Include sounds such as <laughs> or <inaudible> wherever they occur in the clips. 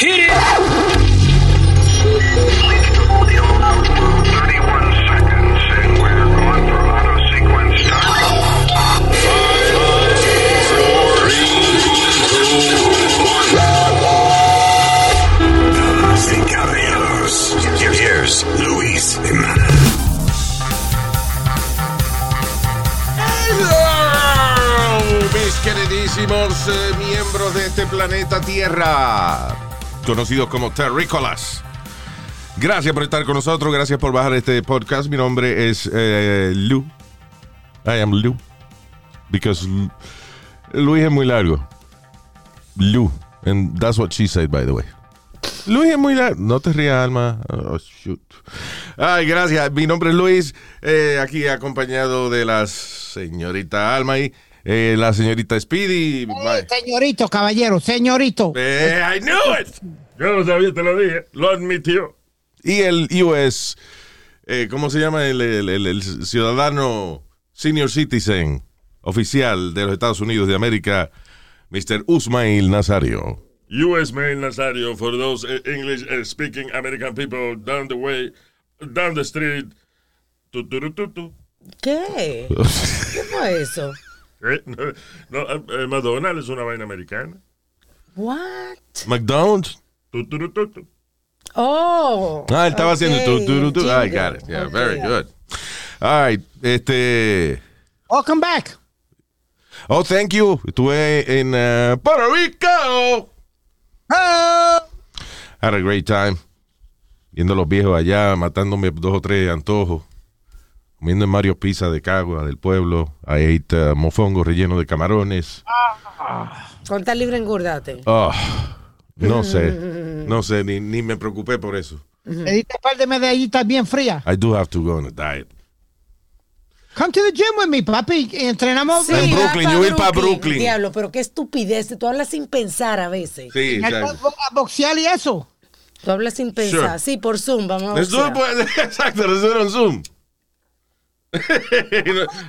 Hit it! Damas y caballeros, here's Luis Jimenez. Mis queridísimos eh, miembros de este planeta Tierra, conocidos como Terrícolas. Gracias por estar con nosotros, gracias por bajar este podcast. Mi nombre es eh, Lou. I am Lou. Because Lu- Luis es muy largo. Lou. And that's what she said, by the way. Luis es muy largo. No te rías, Alma. Oh, shoot. Ay, gracias. Mi nombre es Luis, eh, aquí acompañado de la señorita Alma y eh, la señorita Speedy. Bye. Señorito, caballero, señorito. Eh, I knew it. Yo lo sabía, te lo dije. Lo admitió. Y el US, eh, ¿cómo se llama? El, el- el- el ciudadano senior citizen oficial de los Estados Unidos de América, Mr. Usmail Nazario. U.S. Mail Nazario, for those eh, English eh, speaking American people down the way, down the street. Tu, tu, ru, tu, tu. <laughs> ¿Qué? ¿Cómo es eso? Eh, no, no, eh, McDonald's es una vaina americana. What? <laughs> McDonald's. Tu, tu, ru, tu, tu. Oh. Ah, él estaba haciendo tu, tu, tu, tu. I Jingle. got it. Yeah, very good. All right, este. Welcome back. Oh, thank you. Estuve en eh, Puerto Rico. Had a great time. Viendo a los viejos allá, matándome dos o tres antojos. Comiendo en Mario Pizza de Cagua, del pueblo. I ate eh, mofongo relleno de camarones. Con tal libre engordate. Oh, no sé. No sé, ni, ni me preocupé por eso. Le diste un par de medallitas bien frías. I do have to go on a diet. Come to the gym with me, papi. Entrenamos Sí, En bien. va Brooklyn, pa' yo voy pa' Brooklyn. Diablo, pero qué estupidez. Tú hablas sin pensar a veces. Sí, Entrenamos exacto. a boxear y eso. Tú hablas sin pensar. Sure. Sí, por Zoom, vamos a Let's do boxear. it, pues. <laughs> Exacto, let's do it on Zoom. <laughs>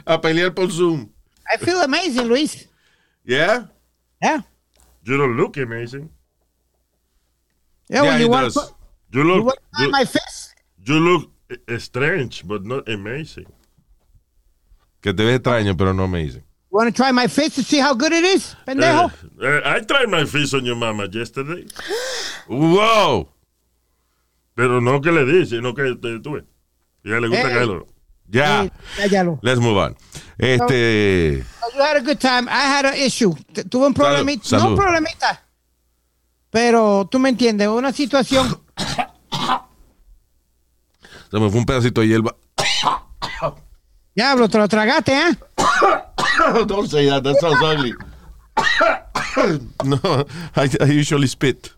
a pelear por Zoom. I feel amazing, Luis. Yeah? Yeah. You don't look amazing. Yeah, Yeah, when he you does. want to You you look, want to you, my face. you look eh, strange, but not amazing. Que te ves extraño, pero no me dicen. You want to try my face to see how good it is, pendejo? Eh, eh, I tried my fish on your mama yesterday, ¡Wow! pero no que le di, sino que te tuve. Ya le gusta Hey. que lo- Ya. Sí, cállalo. Let's move on. Este. So You had a good time. I had an issue. T- Tuve un problemita. No salud. un problemita. Pero tú me entiendes, una situación. Se me fue un pedacito de hierba. Diablo, te lo tragaste, ¿eh? Don't say that. That sounds ugly. no, <laughs> I, I usually spit.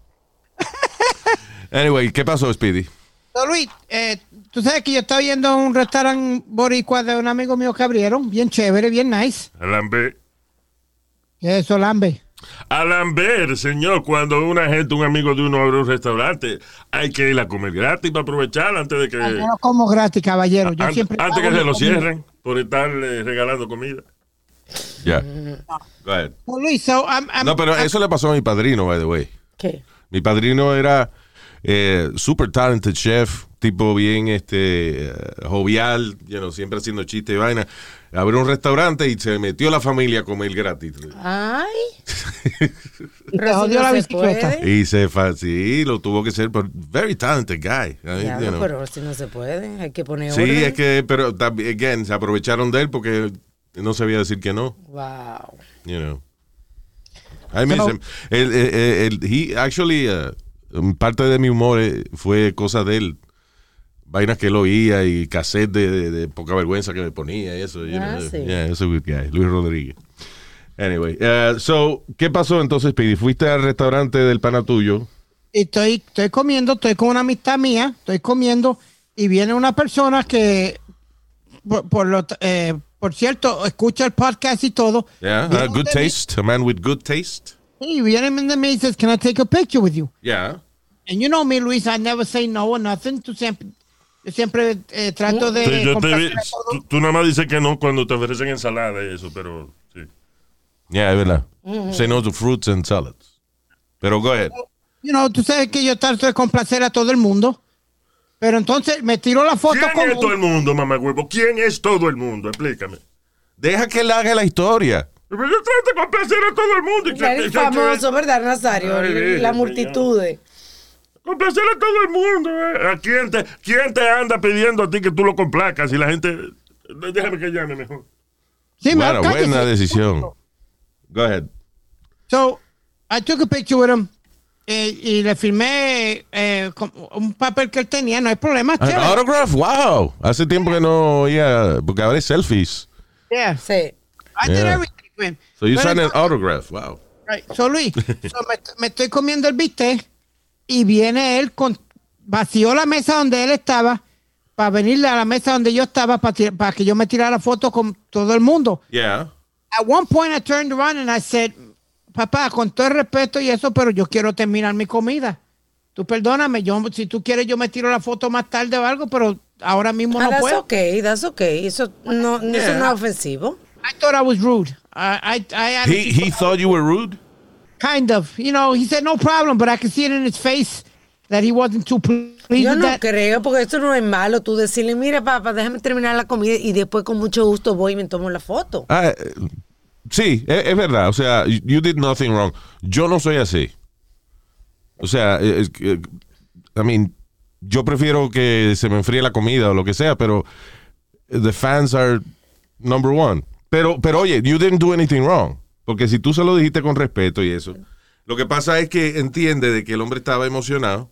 Anyway, ¿qué pasó, Speedy? So, Luis, eh, tú sabes que yo estaba yendo a un restaurante boricua de un amigo mío que abrieron, bien chévere, bien nice. Alambé. Eso, Lambe. A Lambert, señor, cuando una gente, un amigo de uno abre un restaurante, hay que ir a comer gratis para aprovechar antes de que Yo no como gratis, caballero. Yo an- siempre antes que pago se mi lo comida. cierren por estarle regalando comida. Ya. Go ahead. So, Luis, so, I'm- I'm- No, pero I'm- eso le pasó a mi padrino, by the way. ¿Qué? Mi padrino era eh, super talented chef, tipo bien este eh, jovial, you know, siempre haciendo chistes y vaina. Abrió un restaurante y se metió la familia a comer gratis. Ay. <laughs> te jodió la bicicleta. Y se fa- sí, lo tuvo que ser, pero very talented guy. I mean, you Claro, know. pero si no se puede, hay que poner sí, orden. es que, pero también, again, se aprovecharon de él porque no sabía decir que no. Wow. you know. I miss So- him. El, el- el- el- he actually, uh, um, parte de mi humor eh, fue cosa de él. Vainas que él oía y cassette de, de- de poca vergüenza que me ponía y eso. you Ah, know. sí. Yeah, he's a good guy. Luis Rodríguez. Anyway, uh, so, ¿qué pasó entonces, Pidi? Fuiste al restaurante del pana tuyo. y estoy, estoy comiendo, estoy con una amistad mía, estoy comiendo, y viene una persona que, por, por lo t- eh, por cierto, escucha el podcast y todo. Yeah, Viene uh, good de mí- taste. A man with good taste. Y viene de mí y dice, can I take a picture with you? Yeah. And you know me, Luis, I never say no or nothing. Tú siempre, yo siempre eh, trato de. Sí, yo te vi- complacer a todo. tú, tú nada más dices que no cuando te ofrecen ensalada y eso, pero sí. Yeah, es verdad. Say no to fruits and salads. Pero go ahead. Oh. You know, tú sabes que yo trato de complacer a todo el mundo. Pero entonces me tiró la foto ¿Quién es todo con. el mundo, mamá huevo? ¿Quién es todo el mundo? Explícame. Deja que él haga la historia. Pero yo trato de complacer a todo el mundo. y que- que- que- Very famoso, ¿verdad, Nazario? Ay, Virgen, la señor. multitud. Complacer a todo el mundo. eh. ¿A quién te, quién te anda pidiendo a ti que tú lo complacas? Y la gente... Déjame que llame mejor. Sí, me Bueno, cállese. buena decisión. Go ahead. So, I took a picture with him. eh, y le firmé eh, con- un papel que él tenía, no hay problema. An chévere. autograph, wow. Hace tiempo que no oía, porque ahora es selfies. Yeah. Sí. I did Yeah. everything for him. So you Pero signed an entonces- autograph, wow. Right. So, Luis, so me, me estoy comiendo el bistec y viene él con vació la mesa donde él estaba para venirle a la mesa donde yo estaba para que yo me tirara fotos con todo el mundo. Yeah. At one point I turned around and I said, papá, con todo el respeto y eso, pero yo quiero terminar mi comida. Tú perdóname, yo si tú quieres yo me tiro la foto más tarde o algo, pero ahora mismo Ah, no that's puedo. okay, that's okay. Eso no, no- eso Yeah. no es ofensivo. I thought I was rude. I, I, I He, he thought you were rude? kind of, you know, he said no problem, but I could see it in his face that he wasn't too pleased Yo with no that. creo, porque eso no es malo. Tú decirle, mira, papá, déjame terminar la comida y después con mucho gusto voy y me tomo la foto. Ah, eh, sí, e, es, es verdad. O sea, you did nothing wrong. Yo no soy así. O sea, eh, eh, I mean, yo prefiero que se me enfríe la comida o lo que sea, pero the fans are number one. Pero, pero oye, you didn't do anything wrong. Porque si tú se lo dijiste con respeto y eso. Lo que pasa es que entiende de que el hombre estaba emocionado.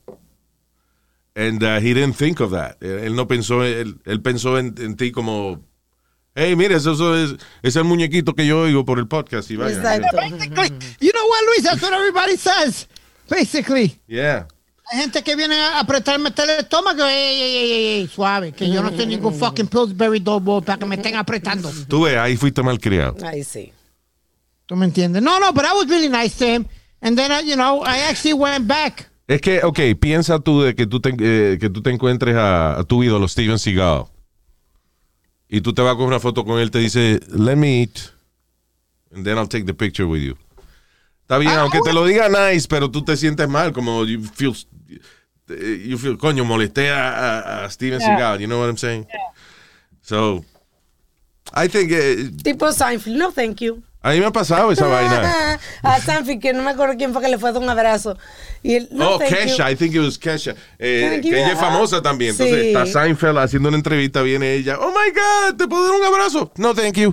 And uh, he didn't think of that. Eh, Él, él no pensó, él, él pensó en- en ti como Hey, mire, eso, eso es, es el muñequito que yo oigo por el podcast. Y vaya. Exacto. Basically, you know what, Luis? That's what everybody says. Basically, Yeah. hay gente que viene a apretarme el estómago, ey, ey, ey, ey, ey, suave, que yo no soy ningún fucking Pillsbury Doughboy para que me estén apretando. Tú ves, ahí fuiste malcriado. Ahí sí. ¿Tú me entiendes? No, no, but I was really nice to him. And then, uh, you know, I actually went back. Es que, ok, piensa tú de que tú te, eh, que tú te encuentres a, a tu ídolo, Steven Seagal. Y tú te vas con una foto con él, te dice, let me eat, and then I'll take the picture with you. Está bien, Ah, aunque te bueno. lo diga nice, pero tú te sientes mal, como you feel, eh, you feel coño, molesté a, a- a Steven Seagal, you know what I'm saying? So, I think, eh, Tipo Seinfeld, no, thank you. Ah, A mí me ha pasado esa vaina. A Sanfi, que no me acuerdo quién fue que le fue a dar un abrazo. Y él, no, oh, thank you. Kesha, I think it was Kesha. Eh, Thank que you. Ah, ella es famosa también. Entonces Sí. está Seinfeld haciendo una entrevista, viene ella. Oh my God, ¿te puedo dar un abrazo? No, thank you.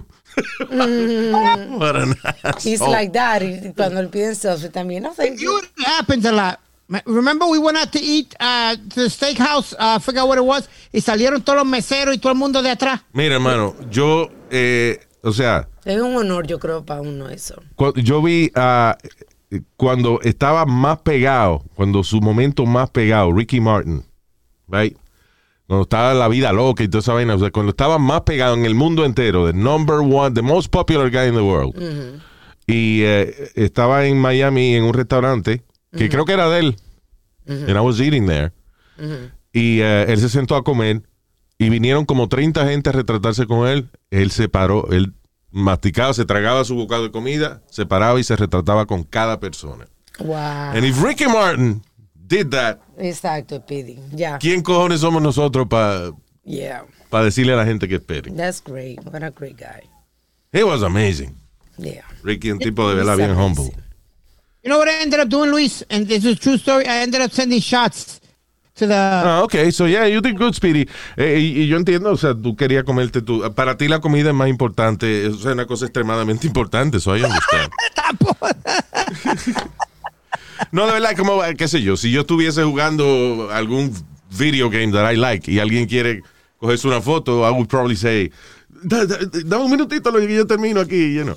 <laughs> Mm. What an He's asshole. like that. Y cuando le piden selfie también, no, thank you. You, it happens a lot. Me- Remember we went out to eat uh, to the steakhouse, uh, I forgot what it was, y salieron todos los meseros y todo el mundo de atrás. Mira, hermano, yo, eh, o sea, Es un honor, yo creo, para uno eso. cu- yo vi ah, eh, cuando estaba más pegado, cuando su momento más pegado, Ricky Martin, right? Cuando estaba la vida loca y toda esa vaina, o sea, cuando estaba más pegado en el mundo entero, the number one, the most popular guy in the world. Y eh, estaba en Miami en un restaurante que creo que era de él. And I was eating there. Y eh, él se sentó a comer y vinieron como 30 gente a retratarse con él. Él se paró, él masticaba, se tragaba su bocado de comida, se paraba y se retrataba con cada persona. Wow. And if Ricky Martin did that, Exacto, Pidi. Ya. ¿quién cojones somos nosotros para Yeah. decirle a la gente que espere? That's great. What a great guy. It was amazing. Yeah. Ricky, un tipo de verdad bien humble. You know what I ended up doing, Luis? And this is a true story. I ended up sending shots to the. Ah, ok, so yeah, you did good, Speedy. Eh, y, y yo entiendo, o sea, tú querías comerte tu. Para ti la comida es más importante, o sea, es una cosa extremadamente importante, so I understand. No, de verdad, como, eh, qué sé yo, si yo estuviese jugando algún video game that I like y alguien quiere cogerse una foto, I would probably say, "Da- da- da- dame un minutito lo que yo termino aquí, you know.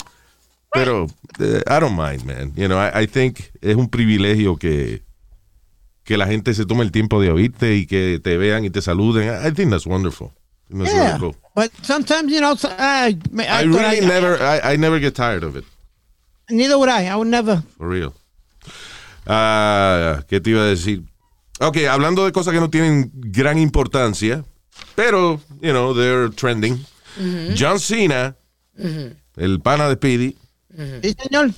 Pero, eh, I don't mind, man. You know, I, I think es un privilegio que, que la gente se tome el tiempo de oírte y que te vean y te saluden. I, I think that's wonderful. I think that's really yeah. cool. But sometimes, you know, so, uh, I, I, I, thought really never, I, I never get tired of it. Neither would I. I would never. For real. Ah, ¿Qué te iba a decir? Ok, hablando de cosas que no tienen gran importancia, pero, you know, they're trending. John Cena, el pana de Speedy, Sí, <laughs> señor.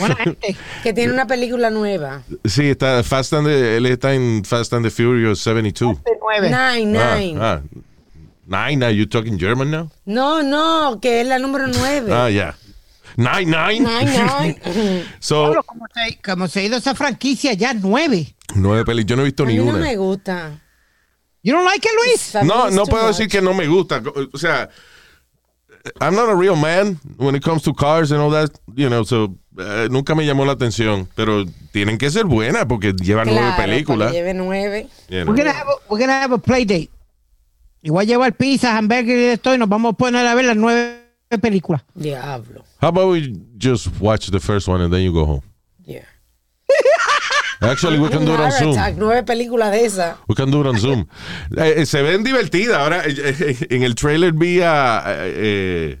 Buena gente. Que tiene una película nueva. Sí, está Fast and the, él está en Fast and the Furious 72. Nine, nine. Ah, ah. Nine, are you talking German now? No, no, que es la número nueve. Ah, yeah. Nine, nine. <laughs> Nine, nine. so, Pablo, como se, como se ha ido esa franquicia ya nueve. nueve pelis. Yo no he visto A mí ni no una. me gusta. You don't like it, Luis? No, no puedo decir que no me gusta. O sea, I'm not a real man when it comes to cars and all that, you know, so eh, nunca me llamó la atención. Pero tienen que ser buenas porque llevan nueve películas. Lleve nueve. you know. We're gonna have a, we're gonna have a play date. Y voy a llevar pizza, hamburger y de todo y nos vamos a poner a ver las nueve películas. Diablo. How about we just watch the first one and then you go home? Yeah. Actually, we can do it on Heart Zoom. Attack, nueve películas de esas. We can do it on Zoom. <laughs> Eh, eh, se ven divertidas. Ahora, eh, eh, en el trailer vi a. eh, eh,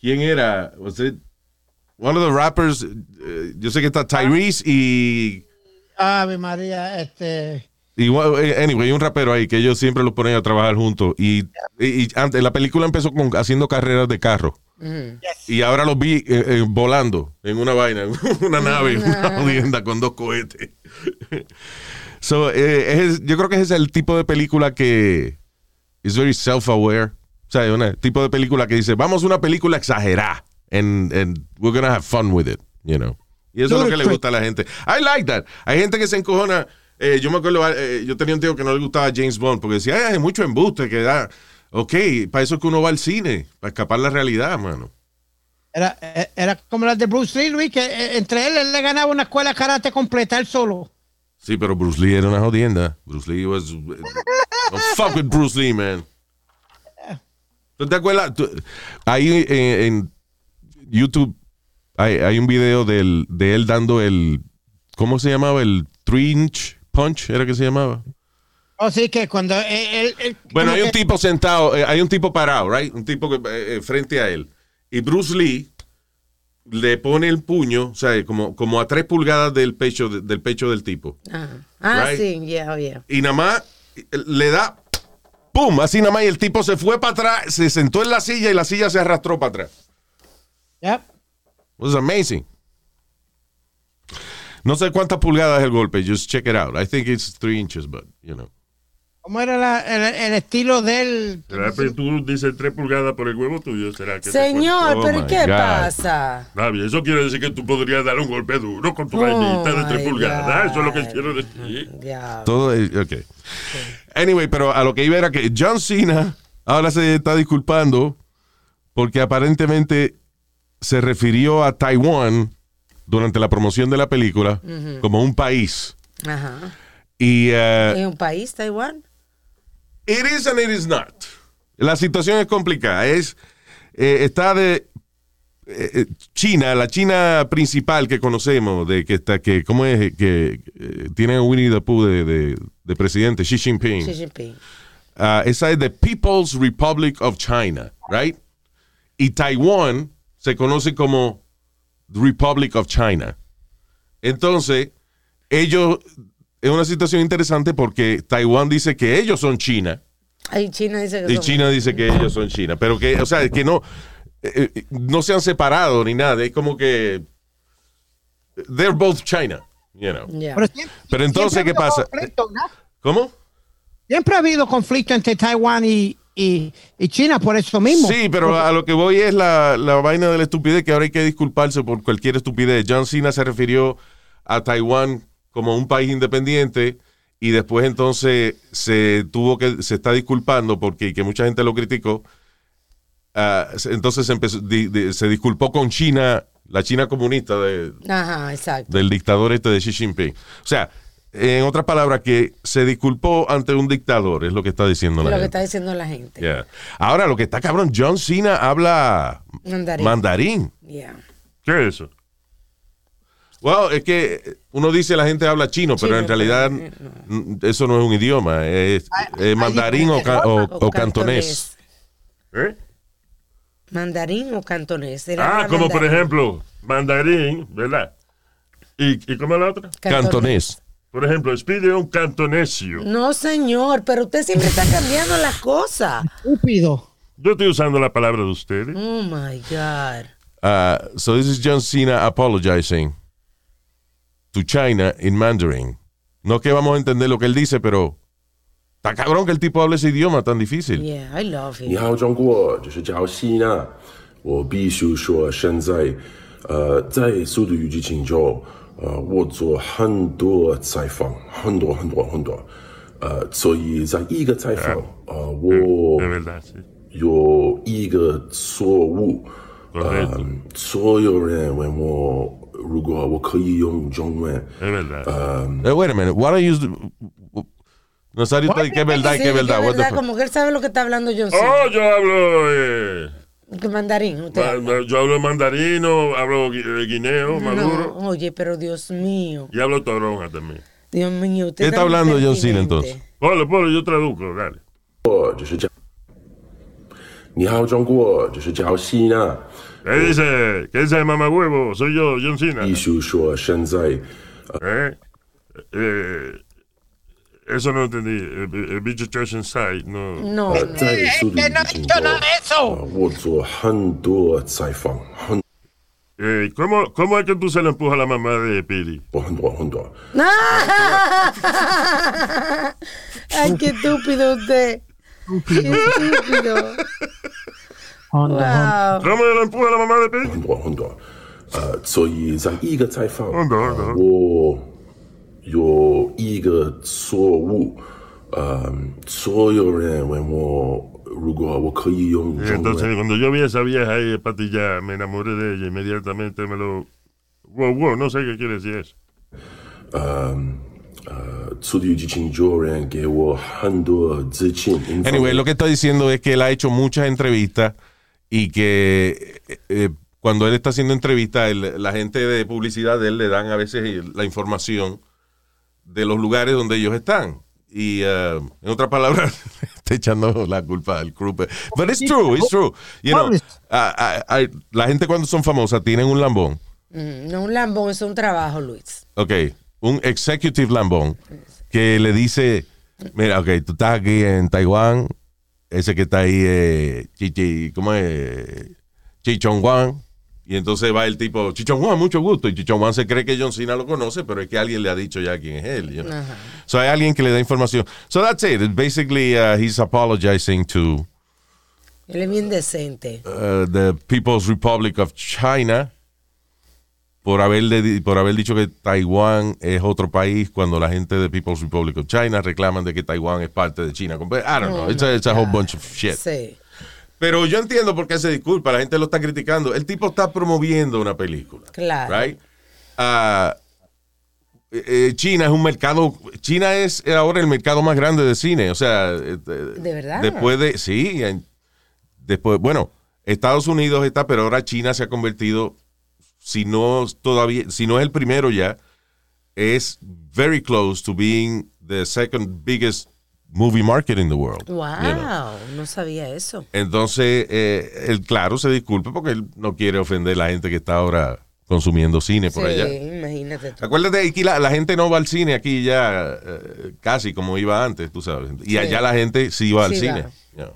¿Quién era? Was it one of the rappers? eh, yo sé que está Tyrese y. Ave María, este. y wa- eh, anyway, hay un rapero ahí que ellos siempre los ponen a trabajar juntos. Y, y- y antes, la película empezó con, haciendo carreras de carro. Y ahora los vi eh, eh, volando en una vaina, <laughs> en una nave, en una jodienda con dos cohetes. <laughs> so, eh, es- yo creo que ese es el tipo de película que es very self-aware. O sea, es un tipo de película que dice, vamos a una película exagerada and, and we're gonna have fun with it, you know. Y eso es lo que le gusta a la gente. I like that. Hay gente que se encojona. Eh, yo me acuerdo, eh, yo tenía un tío que no le gustaba James Bond porque decía, "Ay, hay mucho embuste que da. Ok, para eso es que uno va al cine, para escapar la realidad, mano. Era, eh, era como las de Bruce Lee, Luis, que eh, entre él, él le ganaba una escuela de karate completa él solo. Sí, pero Bruce Lee era una jodienda. Bruce Lee was. eh, Don't fuck with Bruce Lee, man. ¿Tú te acuerdas? Tú- ahí eh, en, YouTube hay, hay un video del, de él dando el. ¿Cómo se llamaba? El 3-inch punch, ¿era que se llamaba? Así que cuando eh, él. él- él- Bueno, como <laughs> hay un que- tipo sentado, eh, hay un tipo parado, right? Un tipo que, eh, eh, frente a él. Y Bruce Lee le pone el puño, o sea, como, como a tres pulgadas del pecho, de- del pecho del tipo. Ah, ah Right. sí, yeah, oh, yeah. Y nada más eh, le da, ¡pum! Así nada más y el tipo se fue para atrás, se sentó en la silla y la silla se arrastró para atrás. Yep. It was amazing. No sé cuántas pulgadas es el golpe, just check it out. I think it's three inches, but, you know. ¿Cómo era la- el, el estilo del. ¿Será que tú dices tres pulgadas por el huevo tuyo? ¿Será que te Señor, Oh, pero my ¿qué God. pasa? fue- Ah, bien, eso quiere decir que tú podrías dar un golpe duro con tu Oh, vainita de my tres pulgadas. Eso es lo que God. quiero decir. Diablo. Todo es- ok. Anyway, pero a lo que iba era que John Cena ahora se está disculpando porque aparentemente se refirió a Taiwán durante la promoción de la película como un país. Ajá. Y eh, ¿Es un país, Taiwán? It is and it is not. La situación es complicada. Es, eh, está de eh, eh, China, la China principal que conocemos, de que está, que, ¿cómo es? Que eh, tiene a Winnie the Pooh de, de- de presidente, Xi Jinping. Xi Jinping. Ah, esa es the People's Republic of China, right? Y Taiwán se conoce como Republic of China. Entonces, ellos, es una situación interesante porque Taiwán dice que ellos son China. Ahí China dice que Y son- China dice que ellos son China, pero que, o sea, que no, eh, eh, no se han separado ni nada. Es como que they're both China, you know. Ya. Pero, siempre- Pero entonces, siempre ¿qué ha habido pasa? conflicto, ¿no? ¿Cómo? Siempre ha habido conflicto entre Taiwán y, y, y China por eso mismo. Sí, pero a lo que voy es la, la vaina de la estupidez que ahora hay que disculparse por cualquier estupidez. John Cena se refirió a Taiwán como un país independiente y después entonces se tuvo que se está disculpando porque que mucha gente lo criticó. Ah, se- entonces se, empezó- di- di- se disculpó con China, la China comunista de- Ajá, exacto. del dictador este de Xi Jinping. O sea, en otras palabras, que se disculpó ante un dictador, es lo que está diciendo la lo que gente. está diciendo la gente. Yeah. Ahora, lo que está cabrón, John Cena habla Mandarín. mandarín. Yeah. ¿Qué es eso? Well, es que uno dice la gente habla chino, pero Chino, en realidad pero, eh, n- eso no es un idioma, es eh, mandarín o, ca- Ah, o- o cantonés. ¿Eh? Mandarín o cantonés. Él Ah, habla como por mandarín. ejemplo, mandarín, ¿verdad? ¿Y, y cómo es la otra? Cantonés. Por ejemplo, Speedy es un cantonesio. No, señor, pero usted siempre está cambiando las cosas. Estúpido. Yo estoy usando la palabra de ustedes. Oh my God. Uh, so this is John Cena apologizing to China in Mandarin. No que vamos a entender lo que él dice, pero está cabrón que el tipo hable ese idioma tan difícil. Yeah, I love 你 it. 好，中国，这是叫希娜。我必须说，现在，呃，在速度与激情中，呃，我做很多采访，很多很多很多，呃，所以在一个采访，呃，我 De verdad, sí. 有一个错误， Correcto. 嗯，所有人问我，如果我可以用中文， Es verdad. Eh, wait a minute, what are you... Nazario está ahí, que es verdad, Sí, que es verdad. que what the verdad, fuck? como que él sabe lo que está hablando John Cena. Oh, yo hablo. eh, Que mandarín, usted. ma- ma- yo hablo mandarino, hablo gui- eh, guineo, No, maduro. oye, pero Dios mío. Y hablo toronja también. Dios mío, usted ¿Qué está tan hablando John Cena, impertinente. entonces? Polo, polo, yo traduzco, dale. 我只是叫。你好，中国，这是叫希娜。 ¿Qué dice? ¿Qué dice mamá huevo? Soy yo, John Cena. 必须说，现在。 ¿Eh? Eh, eso no entendí. El, el bicho trash inside, no. No, Uh, no. 在速度与那激情就中，那呃我做很多采访，很 Eh, ¿cómo, ¿Cómo es que tú se le empujas a la mamá de Piri? 多很多很多。 <laughs> Ay, qué estúpido usted. Qué estúpido. Wow. ¿Cómo le empuja a la mamá de Piri? 很多很多，呃，所以在一个采访，很多很多呃我有一个错误，呃，所有人问我，如果我可以用中 Eh, 文 Entonces, cuando yo vi a esa vieja ahí espatillada, me enamoré de ella inmediatamente. Me lo. Wow, wow, no sé qué quiere decir eso. 呃呃，处理激情有人给我很多资金。 Anyway, lo que está diciendo es que él ha hecho muchas entrevistas y que eh, eh, cuando él está haciendo entrevistas, él- la gente de publicidad de él le dan a veces la información de los lugares donde ellos están. Y eh, en otras palabras, <laughs> está echando la culpa al club. But it's true, it's true. You know, ah, ah, ah, la gente cuando son famosas tienen un lambón. Mm, No, un lambón es un trabajo, Luis. Ok, un executive lambón que le dice, mira, ok, tú estás aquí en Taiwán, ese que está ahí, eh, Chichi, ¿cómo es? Chichon Juan. Y entonces va el tipo, Chichon Juan, mucho gusto. Y Chichon Juan se cree que John Cena lo conoce, pero es que alguien le ha dicho ya quién es él. you know. So hay alguien que le da información. So that's it. Basically, uh, he's apologizing to Él es bien decente. uh, the People's Republic of China por haberle di- por haber dicho que Taiwán es otro país cuando la gente de People's Republic of China reclaman de que Taiwán es parte de China. Compa- I don't know, it's a, it's a whole bunch of shit. Sí. Pero yo entiendo por qué se disculpa, la gente lo está criticando. El tipo está promoviendo una película. Claro. Right? Ah, eh, eh, China es un mercado, China es ahora el mercado más grande de cine, o sea, eh, ¿De verdad? Después de, sí, en- después, bueno, Estados Unidos está, pero ahora China se ha convertido, si no todavía, si no es el primero ya, es very close to being the second biggest movie market in the world. Wow, you know. no sabía eso. Entonces, eh, él, claro, se disculpe porque él no quiere ofender a la gente que está ahora consumiendo cine por sí, allá. imagínate tú. Acuérdate, aquí la, la gente no va al cine aquí ya eh, casi como iba antes, tú sabes. Y allá la gente sí va al Sí cine. va. Ya.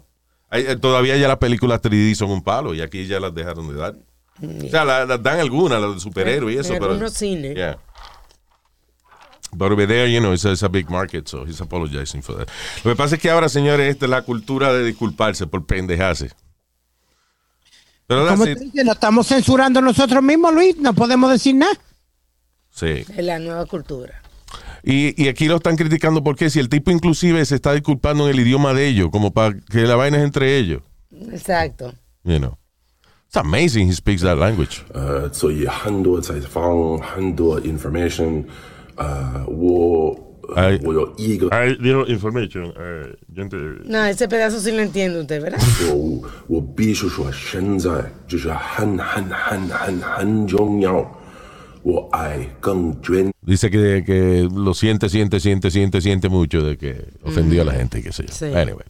Ahí, eh, Todavía ya las películas 3D son un palo y aquí ya las dejaron de dar. O sea, la- las dan algunas, las de superhéroes y En eso, pero. algunos cines. Yeah. But over there, you know, it's a, it's a big market, so he's apologizing for that. Lo que pasa es que ahora, señores, esta es la cultura de disculparse por pendejarse. Pero that's Como te it. dije, nos estamos censurando nosotros mismos, Luis. No podemos decir nada. Sí. Es la nueva cultura. Y, y aquí lo están criticando porque si el tipo inclusive se está disculpando en el idioma de ellos, como para que la vaina es entre ellos. Exacto. You know. It's amazing he speaks that language. 呃，所以很多采访，很多 information，呃，我呃哎我有一个 Ahí dijo information. Eh, yo ente- No, ese pedazo sí lo entiende usted, <laughs> ¿verdad? 错误，我必须说，现在就是很很很很很重要。我爱更专 Dice que, que lo siente, siente, siente, siente, siente mucho de que ofendió a la gente y qué sé yo. Sí. Anyway.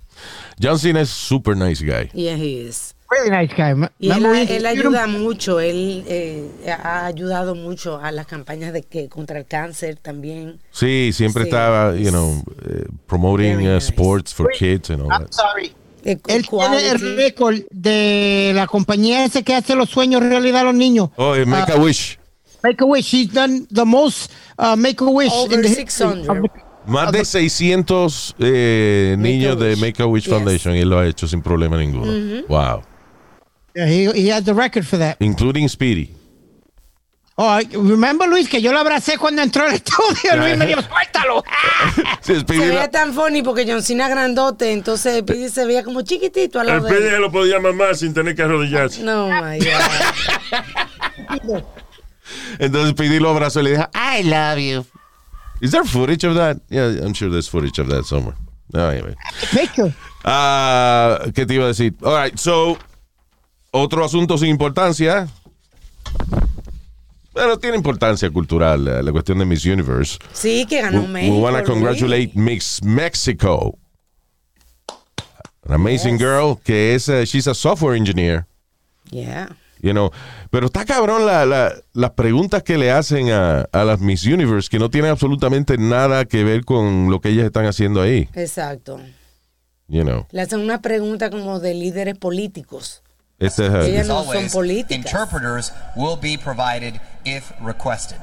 John Cena es super nice guy. Yeah, he is. Really nice guy. Ma- Y él, Vamos a ir- él ayuda mucho, él eh, ha ayudado mucho a las campañas de que contra el cáncer también. Sí, siempre Sí. estaba, you know, eh, promoting Very uh, nice. sports for kids and all I'm that. sorry. eh, Él quality. tiene el récord de la compañía ese que hace los sueños realidad a los ah. niños. Oh, eh, Make a Wish. Make a wish. She's done the most uh, make a wish. Over in the history 600. of the- Más Ah, de 600 eh, niños de Make-A-Wish. Make a Wish Yes. Foundation y él lo ha hecho sin problema ninguno. Wow. Yeah, he, he has the record for that. Including Speedy. Oh, I- remember Luis que yo lo abracé cuando entró al <laughs> estudio. Luis me dijo, <laughs> suéltalo. Sí, Speedy Se la- veía tan funny porque John Cena grandote, entonces Pidi se veía como chiquitito al El lado de PD él. lo podía mamar sin tener que arrodillarse. No, my God. Entonces Speedy lo abrazó y le dijo, I love you. Is there footage of that? Yeah, I'm sure there's footage of that somewhere. No, anyway. Picture. Ah, ¿Qué te iba a decir? All right, so, otro asunto sin importancia. Pero tiene importancia cultural la, la cuestión de Miss Universe. Sí, que ganó We, México. want to Luis. congratulate Miss Mexico. An amazing girl que es, uh, she's a software engineer. Yeah. You know, pero está cabrón la- la- las preguntas que le hacen a, a las Miss Universe que no tienen absolutamente nada que ver con lo que ellas están haciendo ahí. Exacto. You know, Le hacen una pregunta como de líderes políticos. Este es, Ellas As no son always, políticas. interpreters will be provided if requested.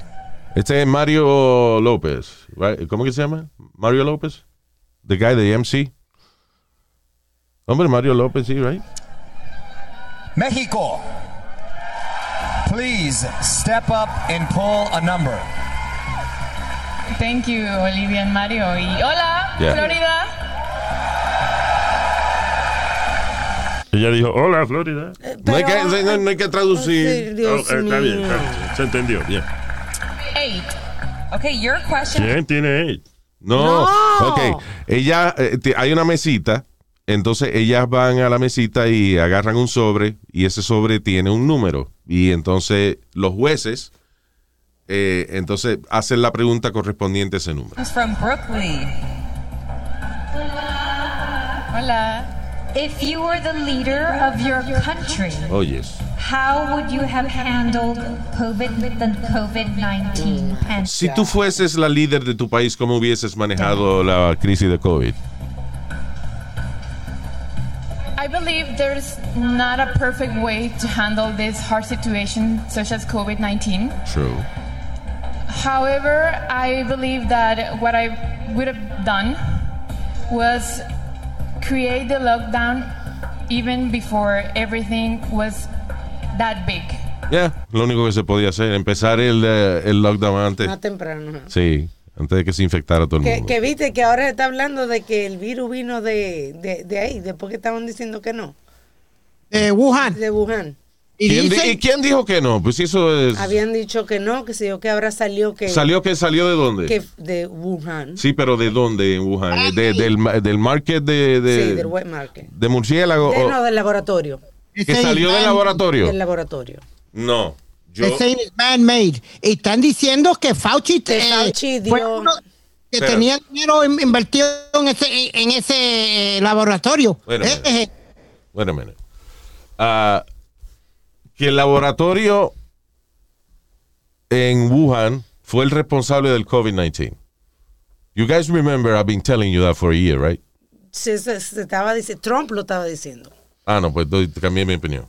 este es Mario López. right? ¿Cómo que se llama? Mario López. The guy de MC. Hombre, Mario López, sí, right? Mexico, please step up and pull a number. Thank you, Olivia and Mario. Y hola, Yeah. Florida. Ella dijo, hola, Florida. No hay, que, Pero- no- no hay que traducir. Sí, Dios Oh, eh, está bien, mío. está bien. se entendió. bien. Eight. Okay, your question. ¿Quién tiene eight? No, No. ok. Ella, eh, te- hay una mesita, entonces ellas van a la mesita y agarran un sobre y ese sobre tiene un número. Y entonces los jueces, eh, entonces hacen la pregunta correspondiente a ese número. Comes from Brooklyn. Hola. If you were the leader of your country, Oyes. how would you have handled COVID with the COVID-19 pandemic? Si tú fueses la líder de tu país, ¿cómo hubieses manejado la crisis de COVID? I believe there's not a perfect way to handle this hard situation, such as COVID 19. True. However, I believe that what I would have done was create the lockdown even before everything was that big. Ya, lo único que se podía hacer, empezar el, eh, el lockdown antes. Más temprano. Sí, antes de que se infectara todo el Ah. Que, mundo. que viste que ahora se está hablando de que el virus vino de, de, de ahí, después que estaban diciendo que no, Eh, Wuhan. de Wuhan. Y ¿Quién di- dicen- ¿Y quién dijo que no? Pues eso es... Habían dicho que no, que sé yo, que ahora salió que, ¿Salió que salió de dónde? que de Wuhan, Sí, pero ¿de dónde en Wuhan? ¿De- del, ma- del market de, de, sí, del wet market. de murciélago? De- o- no, del laboratorio. ¿Que salió del laboratorio? Del laboratorio. No. Yo, They're saying it's man-made. Y están diciendo que Fauci, Que eh, Fauci fue dio- uno que Pero- tenía dinero in- invertido en ese, en ese eh, laboratorio. Bueno, Eh, bueno. eh, Wait a minute. Ah, que el laboratorio en Wuhan fue el responsable del COVID-19. You guys remember I've been telling you that for a year, right? Se, se- se estaba diciendo, Trump lo estaba diciendo. <laughs> Ah, no, pues doy- cambié mi opinión.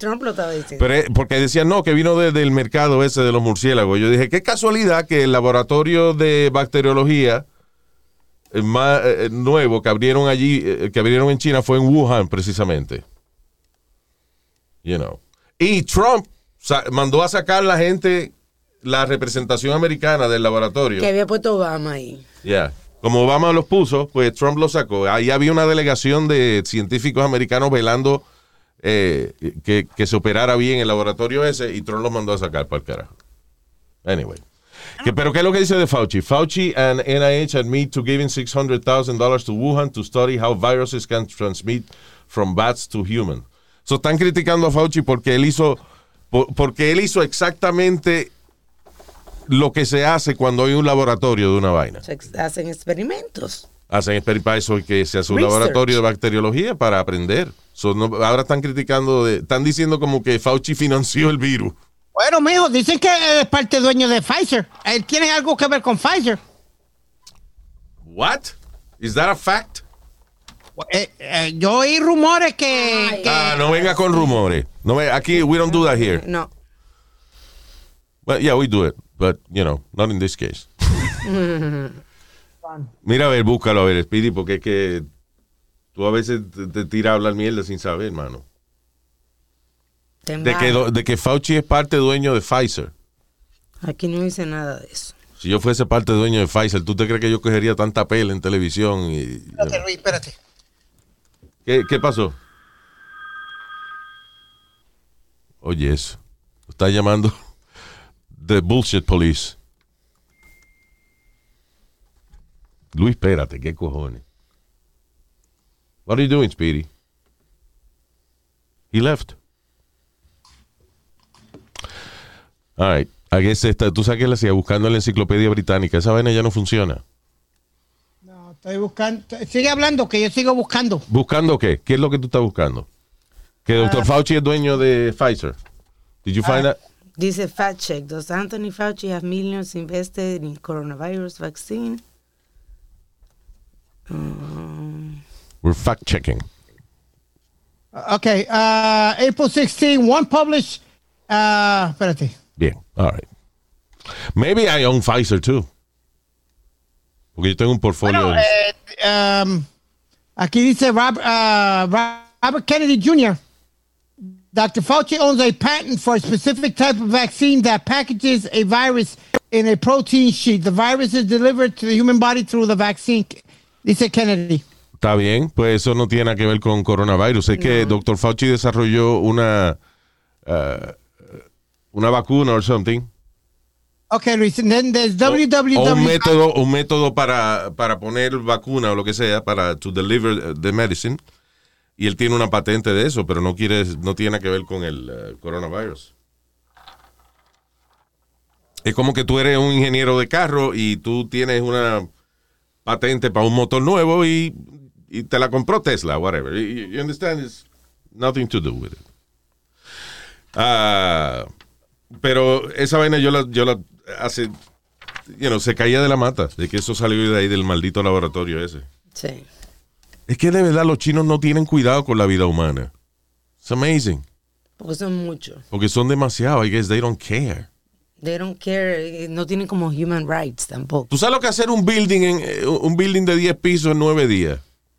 Trump lo estaba diciendo. Pero, eh, porque decían, no, que vino desde el mercado ese de los murciélagos. Yo dije, qué casualidad que el laboratorio de bacteriología eh, más eh, nuevo que abrieron allí, eh, que abrieron en China, fue en Wuhan, precisamente. You know. Y Trump sa- mandó a sacar la gente, la representación americana del laboratorio. que había puesto Obama ahí. Yeah. Como Obama los puso, pues Trump los sacó. Ahí había una delegación de científicos americanos velando eh, que, que se operara bien el laboratorio ese y Trump los mandó a sacar para el carajo. Anyway. Que- pero ¿qué es lo que dice de Fauci? Fauci and NIH admit to giving $600,000 to Wuhan to study how viruses can transmit from bats to human. So están criticando a Fauci porque él hizo, por- porque él hizo exactamente lo que se hace cuando hay un laboratorio de una vaina Se ex- hacen experimentos. hacen exper- para eso que se hace un Research. laboratorio de bacteriología para aprender. So, no- ahora están criticando, de- están diciendo como que <laughs> Fauci financió el virus. bueno, mijo, dicen que él es parte dueño de Pfizer. Él tiene algo que ver con Pfizer. What? Is that a fact? eh, eh, yo oí rumores que, que- Ah, no venga con rumores. No, ve- aquí, we don't do that here. No. But yeah, we do it. But, you know, not in this case. Mira, a ver, búscalo, a ver, Speedy, porque es que tú a veces te, te tiras a hablar mierda sin saber, hermano. te De que, embargo. do- de que Fauci es parte dueño de Pfizer. Aquí no dice nada de eso. Si yo fuese parte dueño de Pfizer, ¿tú te crees que yo cogería tanta pela en televisión? Y, Espérate, Luis, espérate. ¿Qué, qué pasó? Oye, eso. Está llamando <laughs> The Bullshit Police. Luis, espérate, ¿qué cojones? What are you doing, Speedy? He left. All right. I guess esta, tú sabes que la sigue buscando en la enciclopedia británica. Esa vaina ya no funciona. No, estoy buscando. Sigue hablando, que yo sigo buscando. ¿Buscando qué? ¿Qué es lo que tú estás buscando? Que Ah. Dr. Fauci es dueño de Pfizer. Did you find that? Dice fact check. Does Anthony Fauci have millions invested in coronavirus vaccine? Um, We're fact checking. Okay, uh, April 16, one published. Uh, espérate. Bien. All right. Maybe I own Pfizer too. Porque yo tengo un portfolio. Bueno, eh, um, aquí dice Rob, uh, Rob- Robert Kennedy Jr. Dr. Fauci owns a patent for a specific type of vaccine that packages a virus in a protein sheet. The virus is delivered to the human body through the vaccine, dice Kennedy. Está bien, pues eso no tiene nada que ver con coronavirus. Es que Dr. Fauci desarrolló una ah, una vacuna or something. Okay, Luis, and then there's o Oh, un www. método, un método para, para poner vacuna o lo que sea, para to deliver uh, the medicine. Y él tiene una patente de eso, pero no quiere, no tiene nada que ver con el uh, coronavirus. Es como que tú eres un ingeniero de carro y tú tienes una patente para un motor nuevo y, y te la compró Tesla, whatever. You, you understand? It's nothing to do with it. Ah, pero esa vaina yo la, yo la hace, you know, se caía de la mata, de que eso salió de ahí del maldito laboratorio ese. sí. Es que de verdad los chinos no tienen cuidado con la vida humana. It's amazing. Porque son muchos. Porque son demasiado, I guess they don't care. They don't care. eh, No tienen como human rights tampoco. ¿Tú sabes lo que hacer un building en eh, un building de 10 pisos en 9 días?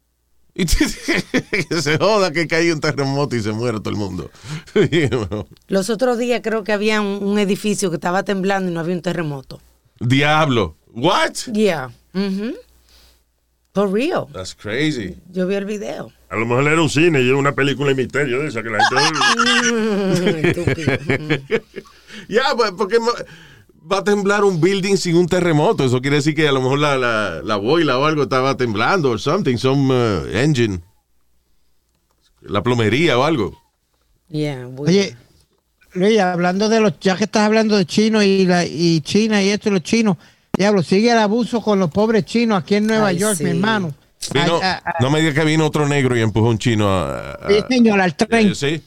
<laughs> Y que se joda que cae un terremoto y se muere todo el mundo. <laughs> You know. Los otros días creo que había un, un edificio que estaba temblando y no había un terremoto. Diablo. What? Yeah. Mhm. For real. That's crazy. Yo vi el video. A lo mejor era un cine y era una película de misterio de esa que la gente. <laughs> Estúpido. Ya, pues, porque va a temblar un building sin un terremoto. Eso quiere decir que a lo mejor la, la, la boila o algo estaba temblando o something, some uh, engine. La plomería o algo. Yeah, we- Oye, Luis, hablando de los, ya que estás hablando de chino y la y China y esto y los chinos, diablo, sigue el abuso con los pobres chinos aquí en Nueva Ay, York, sí. mi hermano. Vino- Ay, ah, ah, no me digas que vino otro negro y empujó un chino a... a- sí, señor, al tren, ah, eh, Sí,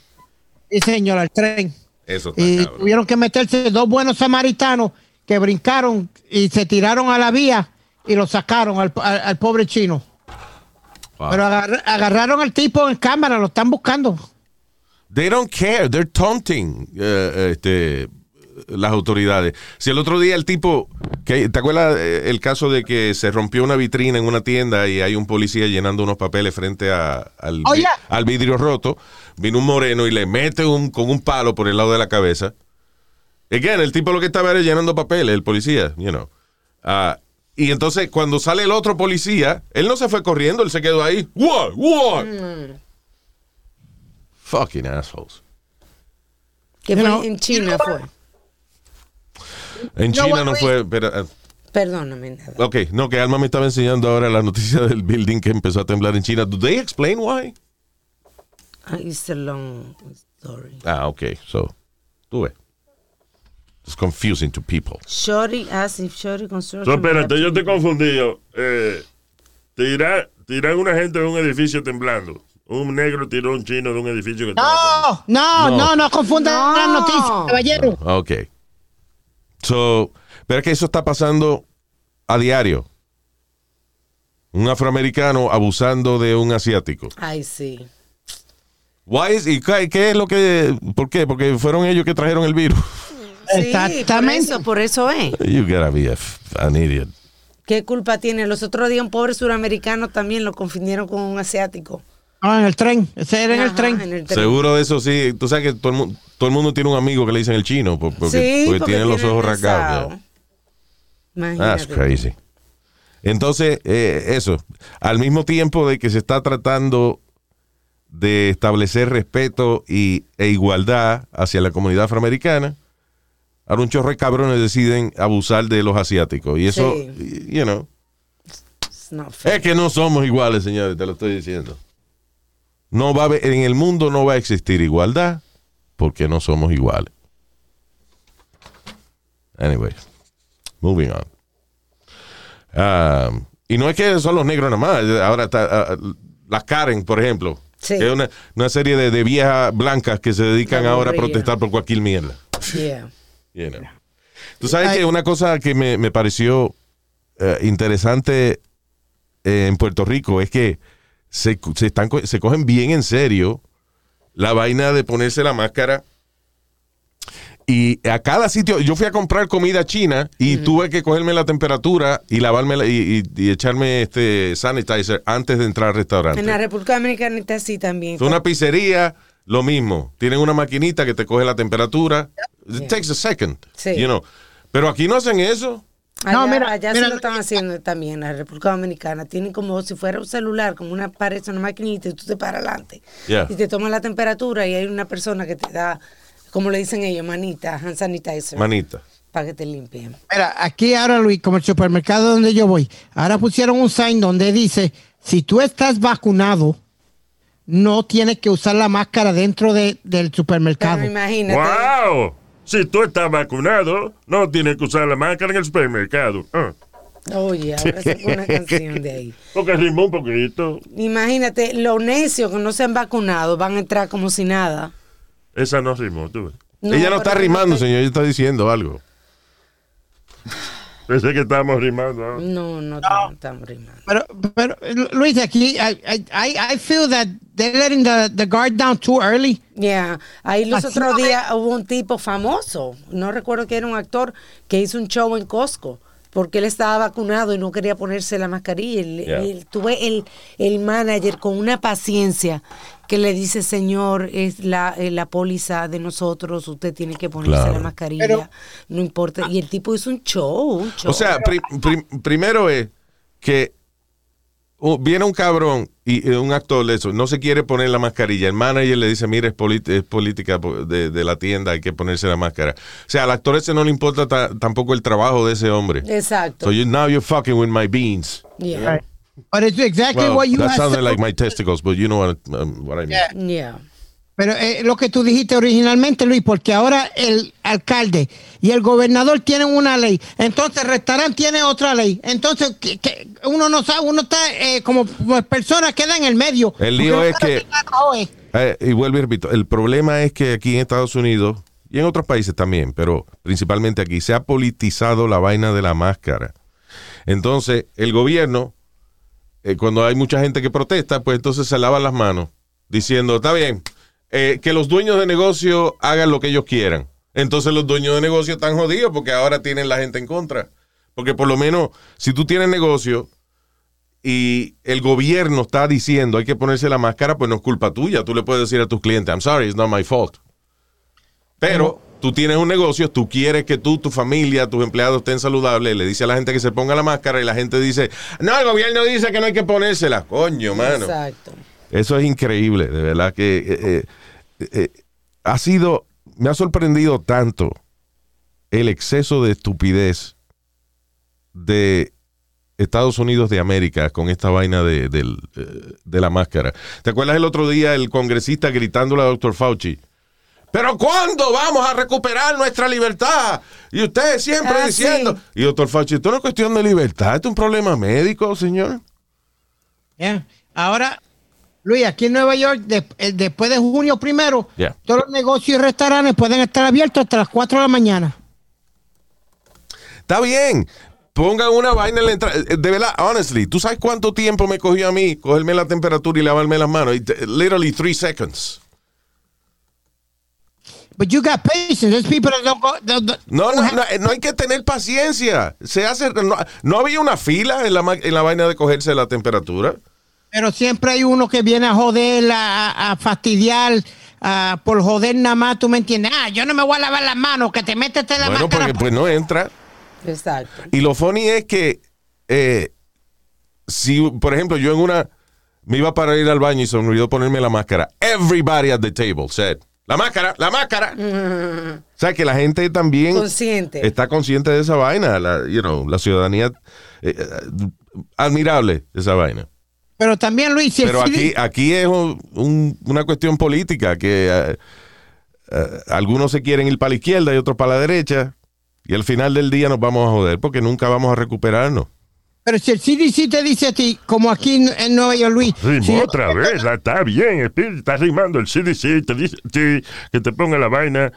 sí, señor, al tren. eso está Y cabrón. tuvieron que meterse dos buenos samaritanos que brincaron y se tiraron a la vía y lo sacaron al, al- al pobre chino. Wow. Pero agarra- agarraron al tipo en cámara, lo están buscando. They don't care, they're taunting eh, este, las autoridades. Si el otro día el tipo, que, ¿te acuerdas eh, el caso de que se rompió una vitrina en una tienda y hay un policía llenando unos papeles frente a- al, Oh, yeah. al vidrio roto? Vino un moreno y le mete un, con un palo por el lado de la cabeza. Again, el tipo lo que estaba era llenando papeles, el policía, you know. Ah, y entonces cuando sale el otro policía, él no se fue corriendo, él se quedó ahí. What? What? Fucking assholes. que You fue know- en China fue. En No, China what no we- fue. Pero, ah, Perdóname nada. ok, no, que Alma me estaba enseñando ahora la noticia del building que empezó a temblar en China. ¿Do they explain why? Ah, It's a long story. Ah, ok, so. Tú ves. It's confusing to people. Shorty as if Shorty construction. So, espérate, yo te confundí. yo. Eh, tirar, tirar una gente de un edificio temblando. Un negro tiró a un chino de un edificio que estaba No, no, no, no, confundan No. las noticias, caballero. Ok. So, pero es que eso está pasando a diario. Un afroamericano abusando de un asiático. Ay, sí. Why is- y qué, qué es lo que... ¿Por qué? Porque fueron ellos que trajeron el virus. <laughs> Exactamente. por eso, por eso es. You gotta be a f- an idiot. ¿Qué culpa tiene? Los otros días un pobre suramericano también lo confundieron con un asiático. Ah, en el tren. Ese era en el Ajá, tren. en el tren. Seguro de eso sí. Tú sabes que todo el, mu- todo el mundo tiene un amigo que le dicen el chino por- porque, Sí, porque porque tiene los tiene ojos el rasgados. rosado. yeah. That's Imagínate. crazy. Entonces, eh, eso, al mismo tiempo de que se está tratando de establecer respeto y, e igualdad hacia la comunidad afroamericana, ahora un chorro de cabrones deciden abusar de los asiáticos. Y eso, you know, It's not fair. es que no somos iguales, señores, te lo estoy diciendo. No va a haber- en el mundo no va a existir igualdad porque no somos iguales. Anyway, moving on. Ah, y no es que son los negros nada más. Ahora está ah, las Karen, por ejemplo. Sí. que Es una, una serie de, de viejas blancas que se dedican La ahora a gorrilla. protestar por cualquier mierda. Yeah. You know. Tú sabes que una cosa que me, me pareció eh, interesante eh, en Puerto Rico es que se, cu- se están, co- se cogen bien en serio la vaina de ponerse la máscara. Y a cada sitio, yo fui a comprar comida china y tuve que cogerme la temperatura y lavarme la- y, y- y echarme este sanitizer antes de entrar al restaurante. En la República Dominicana está así también. Es una pizzería, lo mismo. Tienen una maquinita que te coge la temperatura. It takes a second. Sí. You know. Pero aquí no hacen eso. Allá, No, mira, allá mira, se lo están haciendo también en la República Dominicana. Tienen como si fuera un celular, como una parece una maquinita y tú te paras adelante. Yeah. Y te toman la temperatura y hay una persona que te da, como le dicen ellos, manita, hand sanitizer, Manita. para que te limpien. Mira, aquí ahora, Luis, como el supermercado donde yo voy, ahora pusieron un sign donde dice, si tú estás vacunado, no tienes que usar la máscara dentro de- del supermercado. Pero imagínate. ¡Wow! Si tú estás vacunado, no tienes que usar la máscara en el supermercado. Ah, Oye, ahora sacó una canción de ahí. porque rimó un poquito. Imagínate, los necios que no se han vacunado van a entrar como si nada. Esa no rimó, tú. ves. Ella no está pero- rimando, señor. Ella está diciendo algo. Pensé que estábamos rimando. ahora. No, no, no estamos rimando. Pero, pero Lu- Luis, aquí, I, I- I, I feel that they're letting the, the guard down too early. Yeah. Ahí los Así otros no es. días hubo un tipo famoso, no recuerdo que era un actor, que hizo un show en Costco porque él estaba vacunado y no quería ponerse la mascarilla. Y le- Yeah. y él- tuve el, el manager con una paciencia que le dice, señor, es la, eh, la póliza de nosotros, usted tiene que ponerse Claro. la mascarilla, no importa. Y el tipo hizo un show, un show. O sea, pri- pri- primero es que uh, viene un cabrón y eh, un actor de eso, no se quiere poner la mascarilla. El manager le dice, mira, es, polit- es política po- de, de la tienda, hay que ponerse la máscara. O sea, al actor ese no le importa ta- tampoco el trabajo de ese hombre. Exacto. So you, now you're fucking with my beans. yeah. But it's exactly Well, what you that asked. sounded like my testicles, but you know what, um, what I mean. Yeah. Pero eh, lo que tú dijiste originalmente, Luis, porque ahora el alcalde y el gobernador tienen una ley, entonces el restaurante tiene otra ley, entonces que- que uno no sabe, uno está eh, como persona queda en el medio. El lío Porque es no sabe que- qué carajo es. Eh, y vuelvo y repito, el problema es que aquí en Estados Unidos y en otros países también, pero principalmente aquí, se ha politizado la vaina de la máscara. Entonces, el gobierno, eh, cuando hay mucha gente que protesta, pues entonces se lavan las manos, diciendo, está bien, eh, que los dueños de negocio hagan lo que ellos quieran. Entonces los dueños de negocio están jodidos porque ahora tienen la gente en contra. Porque por lo menos, si tú tienes negocio y el gobierno está diciendo hay que ponerse la máscara, pues no es culpa tuya. Tú le puedes decir a tus clientes, I'm sorry, it's not my fault. Pero tú tienes un negocio, tú quieres que tú, tu familia, tus empleados estén saludables, le dice a la gente que se ponga la máscara y la gente dice, no, el gobierno dice que no hay que ponérsela. Coño, mano. Exacto. Eso es increíble, de verdad que eh, eh, eh, ha sido, me ha sorprendido tanto el exceso de estupidez de Estados Unidos de América con esta vaina de, del, eh, de la máscara. ¿Te acuerdas el otro día el congresista gritándole a Dr. Fauci? Pero ¿cuándo vamos a recuperar nuestra libertad? Y usted siempre Ah, diciendo... Y doctor Fauci, esto no es cuestión de libertad, esto es un problema médico, señor. Yeah. Ahora, Luis, aquí en Nueva York, de- eh, después de junio primero, Yeah. todos los negocios y restaurantes pueden estar abiertos hasta las 4 de la mañana. Está bien, Pongan una vaina en la entrada. De verdad, honestly, ¿tú sabes cuánto tiempo me cogió a mí cogerme la temperatura y lavarme las manos? It- literally three seconds. But you got patience. There's people that don't go. don't- don't- No, no, no, no hay que tener paciencia. Se hace, no, no había una fila en la, ma- en la vaina de cogerse la temperatura. Pero siempre hay uno que viene a joder, a, a- a fastidiar, a- por joder nada más. ¿Tú me entiendes? Ah, yo no me voy a lavar las manos, que te metes en la Bueno, máscara. porque pues no entra. Exacto. Y lo funny es que, eh, si, por ejemplo, yo en una, me iba para ir al baño y se me olvidó ponerme la máscara. Everybody at the table said, la máscara, la máscara. Mm. O sea, que la gente también Consciente. está consciente de esa vaina. La, you know, la ciudadanía, eh, eh, admirable esa vaina. Pero también, Luis, si el Pero CD aquí, aquí es un- un- una cuestión política que eh, eh, algunos se quieren ir para la izquierda y otros para la derecha. Y al final del día nos vamos a joder porque nunca vamos a recuperarnos. Pero si el CDC te dice a ti, como aquí en- en Nueva York, Luis, Rimó si yo- otra vez, ah, está bien, Espíritu, está rimando el CDC, te dice sí, que te ponga la vaina.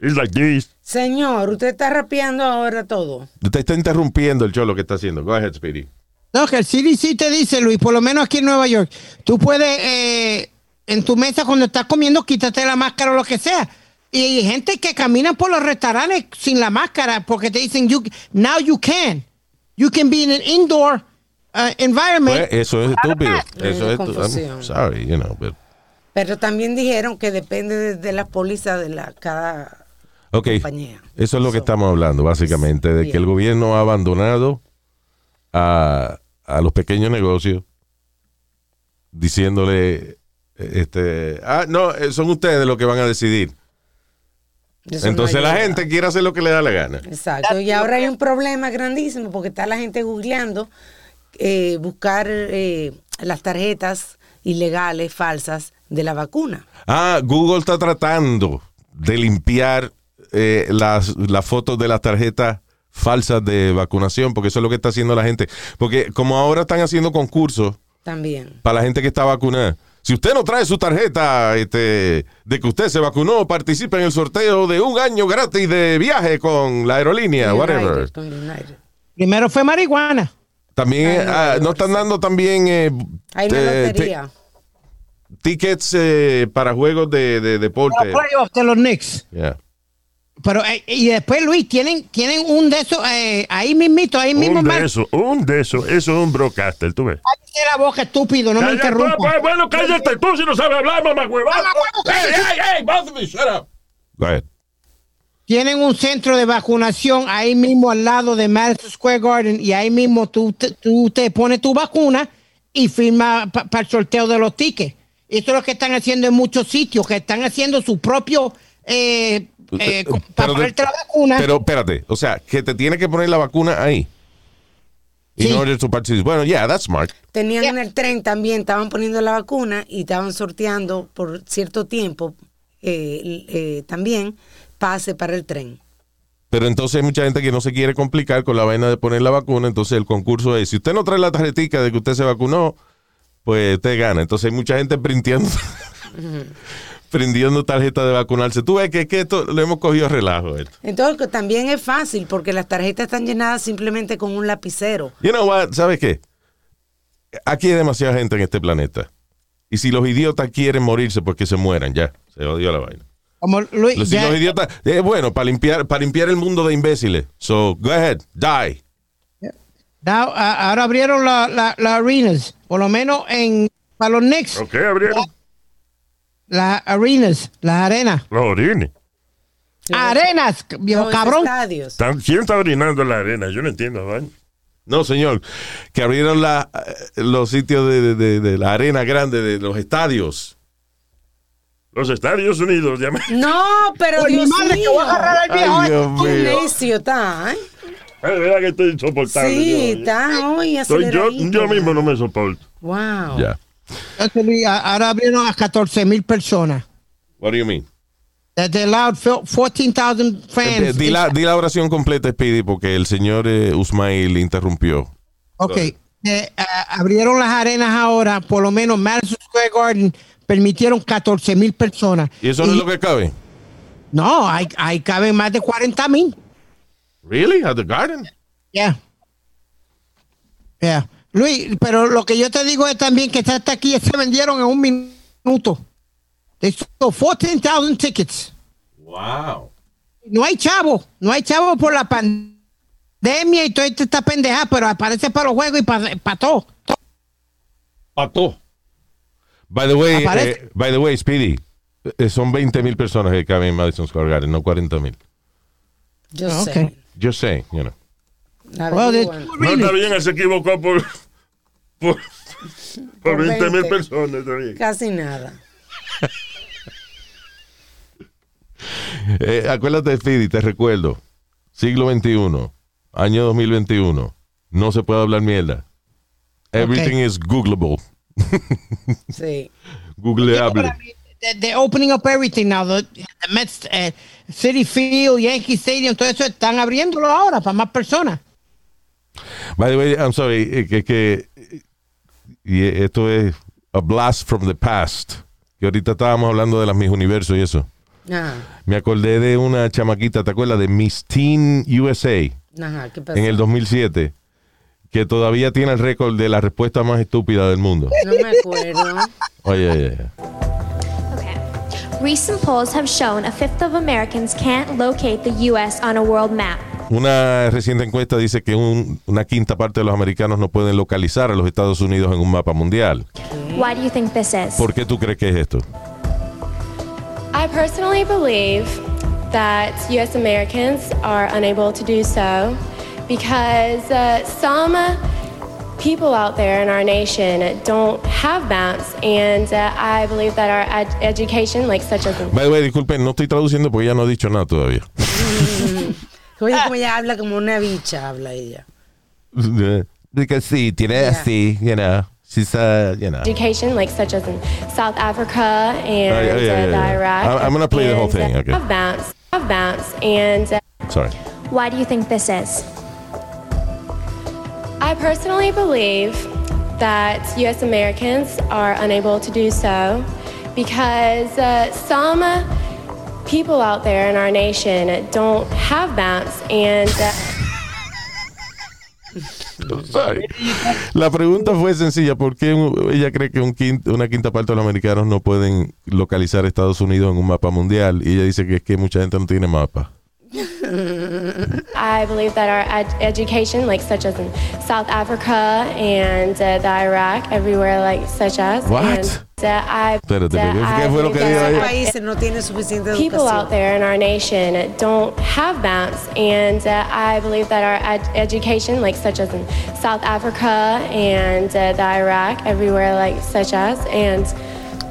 It's like this. Señor, usted está rapeando ahora todo. Te está interrumpiendo el cholo que está haciendo. Go ahead, Speedy. no, que el CDC te dice, Luis, por lo menos aquí en Nueva York, tú puedes, eh, en tu mesa cuando estás comiendo, quítate la máscara o lo que sea. Y hay gente que camina por los restaurantes sin la máscara porque te dicen, you, now you can. You can be in an indoor uh, Pues, environment. eso es estúpido. Eso es confusión. estúpido. Sorry, you know, but- Pero también dijeron que depende de, de la póliza de la cada Ok. compañía. Eso es lo que estamos hablando, básicamente, de que Bien. el gobierno ha abandonado a, a los pequeños negocios diciéndole, este, ah, no, eh, son ustedes los que van a decidir. Eso no Entonces la ayuda. gente quiere hacer lo que le da la gana. Exacto. Y ahora hay un problema grandísimo porque está la gente googleando eh, buscar eh, las tarjetas ilegales, falsas de la vacuna. Ah, Google está tratando de limpiar eh, las, las fotos de las tarjetas falsas de vacunación, porque eso es lo que está haciendo la gente. Porque como ahora están haciendo concursos También. para la gente que está vacunada. Si usted no trae su tarjeta este, de que usted se vacunó, participe en el sorteo de un año gratis de viaje con la aerolínea, whatever. United, con United. Primero fue marihuana. También ah, no están dando también eh, Hay una eh, ti- lotería. tickets eh, para juegos de, de deporte. Los playoffs de los Knicks. Yeah. Pero, eh, y después, Luis, tienen, tienen un de esos, eh, ahí mismito, ahí mismo, Un Mar- de eso, un de eso, eso es un broadcaster, tú ves. cállate la boca, estúpido, no me Cállate, interrumpas. pues, bueno, cállate tú si no sabes hablar, mamá huevón. Hey, hey, hey, both of you, shut up. Go ahead. Tienen un centro de vacunación ahí mismo al lado de Madison Square Garden y ahí mismo tú te, tú te pones tu vacuna y firma para el sorteo de los tickets. Eso es lo que están haciendo en muchos sitios, que están haciendo su propio eh, eh, Pero para de- ponerte la vacuna. Pero espérate, o sea, que te tiene que poner la vacuna ahí. In Sí. order to participate. Bueno, yeah, that's smart. Tenían en el tren también, estaban poniendo la vacuna y estaban sorteando por cierto tiempo eh, eh, también pase para el tren. Pero entonces hay mucha gente que no se quiere complicar con la vaina de poner la vacuna. Entonces el concurso es, si usted no trae la tarjetica de que usted se vacunó, pues usted gana. Entonces hay mucha gente printiendo, <laughs> printiendo tarjetas de vacunarse. Tú ves que, es que esto lo hemos cogido relajo. Esto. Entonces que también es fácil porque las tarjetas están llenadas simplemente con un lapicero. You know what? ¿Sabes qué? Aquí hay demasiada gente en este planeta. Y si los idiotas quieren morirse, pues que se mueran ya. Se odió la vaina. Como Luis, Los, si ya- los idiotas... Es bueno, para limpiar, para limpiar el mundo de imbéciles. So, go ahead, die. da- a- ahora abrieron la- la- las arenas, por lo menos en para los Knicks. Ok, abrieron Las arenas, las arenas. los orines. Arenas, viejo Los cabrón. Estadios. Tan- ¿Quién está orinando en la arena? Yo no entiendo, ¿vale? No, señor. Que abrieron la- eh, los sitios de, de- de- de la arena grande, de los estadios. Los Estados Unidos, ya me- <laughs> No, pero Pues, Dios madre, que mío. voy a agarrar al viejo. este Ay, Dios Qué mío. necio está, ¿eh? Es verdad que estoy insoportable. Sí, yo, está hoy Soy yo, aceleradito. yo mismo no me soporto. Wow. Ya. Entonces, Luis, a- Ahora abrieron a 14 mil personas. What do you mean? That they allowed fil- 14,000 Eh, fans. Di la, di la oración completa, Speedy, porque el señor eh, Usmail interrumpió. Ok. Eh, a- abrieron las arenas ahora, por lo menos Madison Square Garden permitieron 14 mil personas. ¿Y eso no es lo que cabe? No, ahí, ahí caben más de 40 mil. Really? At the garden? Yeah. Yeah. Luis, pero lo que yo te digo es también que hasta aquí se vendieron en un minuto. They sold 14,000 tickets. Wow. No hay chavo, no hay chavo por la pandemia y todo esto está pendejada, pero aparece para los juegos y para, para todo. Pato. By the way, Aparece. eh, by the way, Speedy, eh, son 20 mil personas que caben en Madison Square Garden, no 40 mil. Yo Ah, sé. ok. Yo sé, you know. La Well, they- averiguan. No está bien, él se equivocó por, por, por Por 20 mil 20. personas. Está bien. Casi nada. Eh, acuérdate, Speedy, te recuerdo. Siglo XXI, año 2021. No se puede hablar mierda. Everything is Googleable. Sí. Googleable. They- They're opening up everything now. The, the Mets, eh, City Field, Yankee Stadium, todo eso están abriéndolo ahora para más personas. By the way, I'm sorry, eh, que, que eh, y eh, esto es a blast from the past. Que ahorita estábamos hablando de las mis universos y eso. Ajá. Me acordé de una chamaquita, ¿te acuerdas? De Miss Teen USA Ajá. ¿Qué pasó? en el 2007, que todavía tiene el récord de la respuesta más estúpida del mundo. No me acuerdo. Oye, oye, oye. Okay. Recent polls have shown a fifth of Americans can't locate the U.S. on a world map. Una reciente encuesta dice que un- una quinta parte de los americanos no pueden localizar a los Estados Unidos en un mapa mundial. Why do you think this is? ¿Por qué tú crees que es esto? I personally believe that U.S. Americans are unable to do so because uh, some people out there in our nation don't have maps, and uh, I believe that our ed- education, like such as By the way, disculpen, no estoy traduciendo porque ya no he dicho nada todavía. Oye, como ella habla como una bicha, habla ella. <laughs> Porque sí, tiene así, you know. She's a, you know. education, like such as in South Africa and Oh, yeah, yeah, uh, yeah, yeah. the Iraq. I'm- I'm gonna play the whole and, thing, uh, okay. Have maps, have maps, and uh, Sorry. why do you think this is? I personally believe that U.S. Americans are unable to do so because uh, some people out there in our nation don't have maps and. Uh, Sorry. La pregunta fue sencilla. ¿Por qué un- ella cree que un quin- una quinta parte de los americanos no pueden localizar Estados Unidos en un mapa mundial? Y ella dice que es que mucha gente no tiene mapa. I believe that our ed- education, like such as in South Africa and uh, the Iraq, everywhere like such as. What? And, uh, I, Espérate, that ¿qué- qué I fue lo believe que that dijo our ella? Los países no tienen suficiente People out educación. there in our nation don't have maps, and uh, I believe that our ed- education, like such as in South Africa and uh, the Iraq, everywhere like such as, and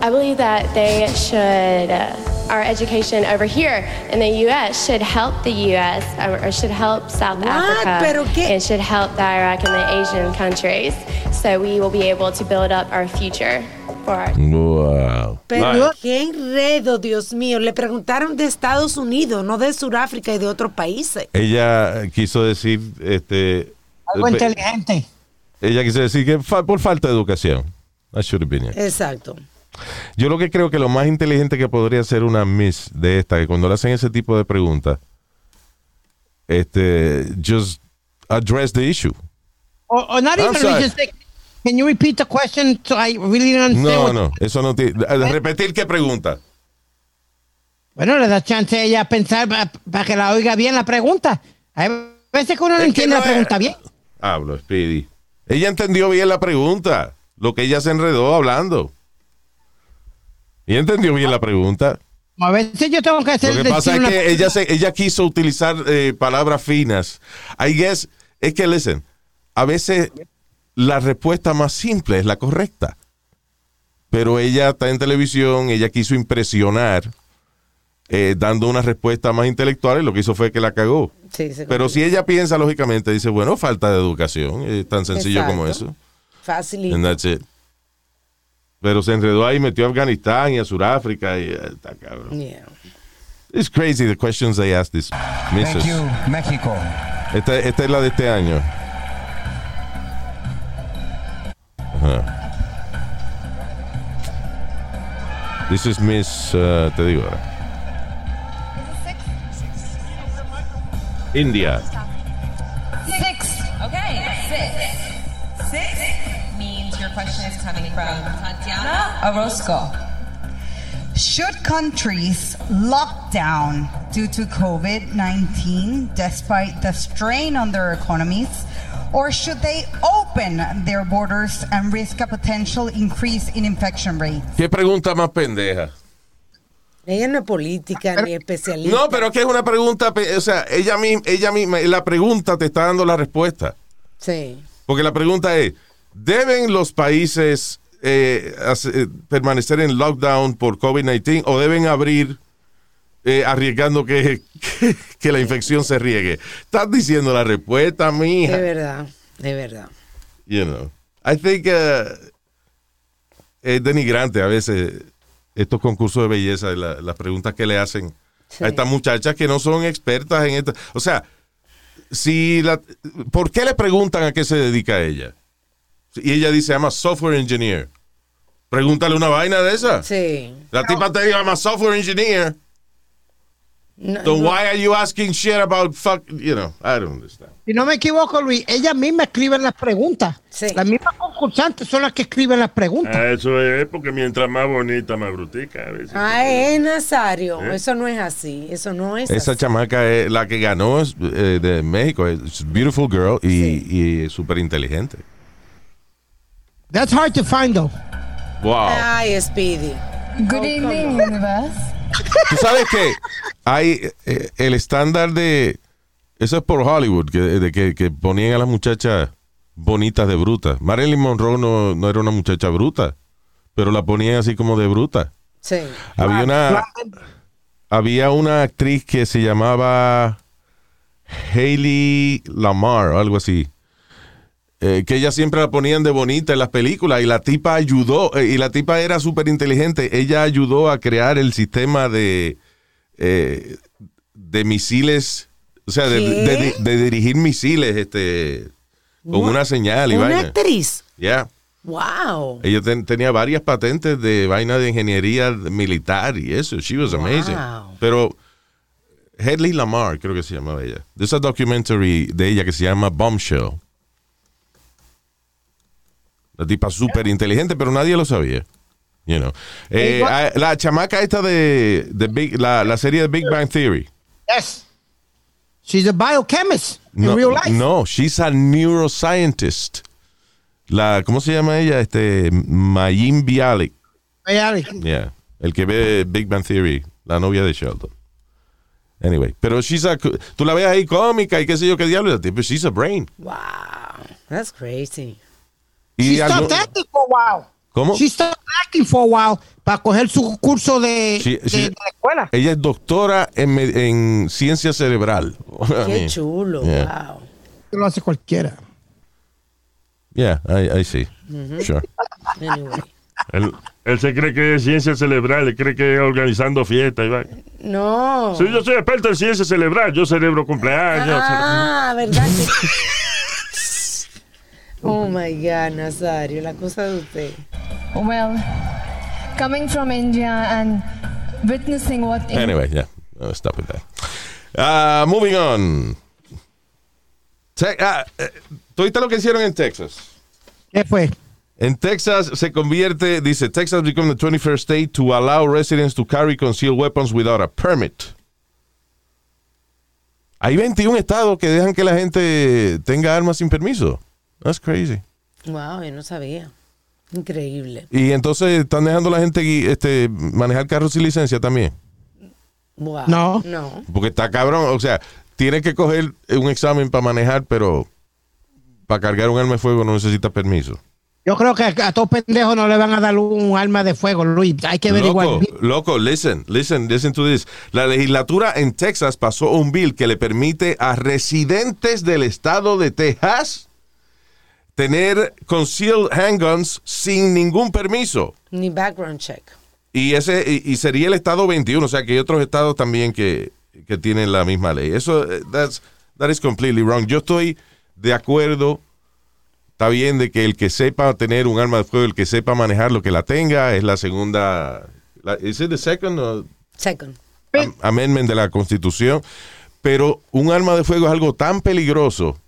I believe that they should, uh, our education over here in the U.S. should help the U.S. or, or should help South What? Pero Africa qué- and should help the Iraq and the Asian countries, so we will be able to build up our future for our. Wow. Pero qué enredo, Dios mío. Le preguntaron de Estados Unidos, no de Sudáfrica y de otros países. Ella quiso decir, este, Algo pe- inteligente. ella quiso decir que fa- por falta de educación. That should have been it. Exacto. Yo lo que creo que lo más inteligente que podría ser una miss de esta, que cuando le hacen ese tipo de preguntas, este, just address the issue. Or, or not I'm even sorry. just like, can you repeat the question? So I really don't understand. No, what- no, eso no tiene. eh, Eh. Repetir qué pregunta. Bueno, le da chance a ella a pensar para que la oiga bien la pregunta. Hay veces que uno no Es que entiende no la es- pregunta bien. Hablo, Speedy. Ella entendió bien la pregunta, lo que ella se enredó hablando. Y entendió bien la pregunta. A veces yo tengo que hacer Lo que decir pasa es una- que ella, se- ella quiso utilizar eh, palabras finas. I guess, es que, listen, a veces la respuesta más simple es la correcta. Pero ella está en televisión, ella quiso impresionar eh, dando una respuesta más intelectual y lo que hizo fue que la cagó. Sí, se Pero si ella piensa lógicamente, dice, bueno, falta de educación, es tan sencillo como eso. Exacto. Fácil. And y- that's it. Pero se enredó ahí, metió a Afganistán y a Sudáfrica y eh, está cabrón. Yeah. It's crazy the questions they ask this Thank misses. you, Mexico. Esta, esta es la de este año. Ajá. This is Miss, uh, te digo ahora. India. Six. Okay, six. question is coming from Tatiana Orozco. Should countries lock down due to COVID 19 despite the strain on their economies? Or should they open their borders and risk a potential increase in infection rate? ¿Qué pregunta más pendeja? Ella no es política ni especialista. No, pero es que es una pregunta, pe- o sea, ella misma, ella misma, la pregunta te está dando la respuesta. Sí. Porque la pregunta es, ¿deben los países eh, hace- eh, permanecer en lockdown por COVID-19 o deben abrir eh, arriesgando que, <laughs> que, que la infección se riegue? Estás diciendo la respuesta, De mija. verdad, de verdad. You know. I think uh, es denigrante a veces estos concursos de belleza, la- las preguntas que le hacen Sí. a estas muchachas que no son expertas en esto. O sea, si la, ¿por qué le preguntan a qué se dedica ella? Y ella dice, I'm a software engineer. Pregúntale una vaina de esa. Sí. La tipa te dice, I'm a software engineer. No, So no. why are you asking shit about fuck, you know, I don't understand. Si no me equivoco, Luis, ellas mismas escriben las preguntas. Las mismas concursantes son las que escriben las preguntas. Eh. Ah, eso es porque mientras más bonita, más brutica. A veces. Ah, es Nazario. ¿Eh? Eso no es así. Eso no es Esa así. chamaca es la que ganó es, eh, de México. Es a beautiful girl y, y súper inteligente. That's hard to find, though. Wow. Ay, Speedy. Good evening, universe. Tú sabes que hay eh, el estándar de. Eso es por Hollywood, que, de que, que ponían a las muchachas bonitas de brutas. Marilyn Monroe no, no era una muchacha bruta, pero la ponían así como de bruta. Sí. Había una, había una actriz que se llamaba Hayley Lamar o algo así. eh, que ella siempre la ponían de bonita en las películas y la tipa ayudó, eh, y la tipa era súper inteligente, ella ayudó a crear el sistema de, eh, de misiles, o sea, de, de- de- de dirigir misiles este, con What? una señal y Una vaina. actriz. Yeah. Wow. Ella ten- tenía varias patentes de vaina de ingeniería militar y eso. She was amazing. Wow. Pero Hedley Lamar, creo que se llamaba ella. De esa documentary de ella que se llama Bombshell. La tipa súper inteligente, pero nadie lo sabía. You know. Eh, Igual- ah, la chamaca esta de, de Big- la, la serie de Big Bang Theory. Yes. She's a biochemist No, in real life. no, she's a neuroscientist. La, ¿Cómo se llama ella? Este, Mayim Bialik. Hey, Ali. Yeah. El que ve Big Bang Theory, la novia de Sheldon. Anyway, pero she's a, tú la ves ahí cómica y qué sé yo qué diablo, pero she's a brain. Wow. That's crazy. Y She algo- stopped acting for a while. ¿Cómo? She stopped acting for a while para coger su curso de, She- de- she- de la escuela. ella es doctora en, me- en ciencia cerebral. <laughs> I Qué mean, chulo. Yeah, Wow. Lo hace cualquiera. yeah I, I see. Sure. Anyway. Él, él se cree que es ciencia cerebral, él cree que es organizando fiestas. y va. No. Sí, yo soy experto en ciencia cerebral, yo celebro cumpleaños. Ah, ¿verdad? que- <laughs> oh my God, Nazario, la cosa de usted. Well, coming from India and witnessing what in- <laughs> Anyway, yeah. Uh, stop with that. Ah, moving on. Te- ah, eh, ¿Tú viste lo que hicieron en Texas? ¿Qué fue? En Texas se convierte, dice, Texas become the 21st state to allow residents to carry concealed weapons without a permit. Hay 21 estados que dejan que la gente tenga armas sin permiso. That's crazy. Wow, yo no sabía. Increíble. Y entonces están dejando a la gente gui- este, manejar carros sin licencia también. Wow. No. No. Porque está cabrón. O sea, tienes que coger un examen para manejar, pero para cargar un arma de fuego no necesitas permiso. Yo creo que a, a todos pendejos no le van a dar un arma de fuego, Luis. Hay que averiguar. Loco, loco, listen, listen, listen to this. La legislatura en Texas pasó un bill que le permite a residentes del estado de Texas tener concealed handguns sin ningún permiso. Ni background check. Y ese y, y sería el estado 21, o sea que hay otros estados también que, que tienen la misma ley. Eso eh, that's, that is completely wrong. Yo estoy de acuerdo está bien de que el que sepa tener un arma de fuego, el que sepa manejar lo que la tenga, es la segunda la, is it the second or- Second. am- amendment de la Constitución, pero un arma de fuego es algo tan peligroso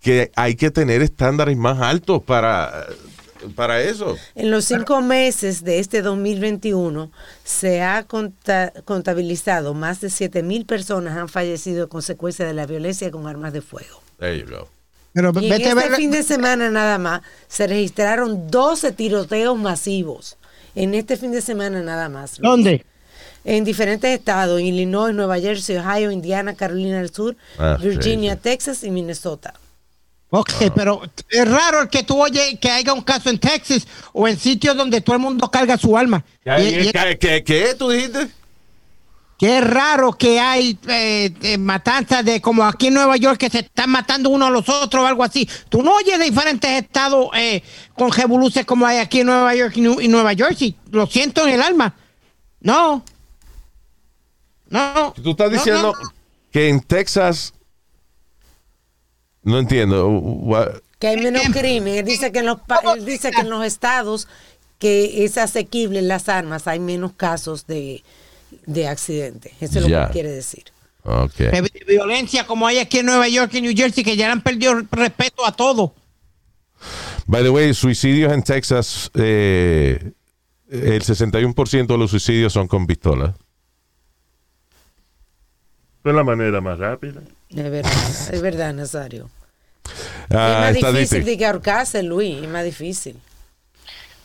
que hay que tener estándares más altos para eh, para eso. En los cinco meses de este 2021 se ha conta- contabilizado más de 7 mil personas han fallecido a consecuencia de la violencia con armas de fuego. There you go. Pero Y en vete a este ver. fin de semana nada más se registraron 12 tiroteos masivos. En este fin de semana nada más. ¿Dónde? En diferentes estados, Illinois, Nueva Jersey, Ohio, Indiana, Carolina del Sur, Ah, Virginia, Texas y Minnesota. Ok, pero es raro el que tú oyes que haya un caso en Texas o en sitios donde todo el mundo carga su alma. Y- y- ¿Qué, qué, qué tú dijiste? Que es raro que hay eh, eh, matanzas de como aquí en Nueva York que se están matando uno a los otros o algo así. Tú no oyes de diferentes estados eh, con revoluciones como hay aquí en Nueva York y, Nu- y Nueva Jersey. Lo siento en el alma. No. No. Tú estás No, diciendo no, no. que en Texas. No entiendo. What- Que hay menos crimen. Él dice que en los, pa- él dice que en los estados que es asequible las armas, hay menos casos de, de accidentes. Eso es lo Ya. que quiere decir. Ok. De- de violencia como hay aquí en Nueva York y New Jersey que ya le han perdido el respeto a todo. By the way, suicidios en Texas, eh, el 61% de los suicidios son con pistola. Fue la manera más rápida. Es verdad, es verdad, Nazario. Ah, es más difícil estadística. de que ahorcarse, Luis, es más difícil.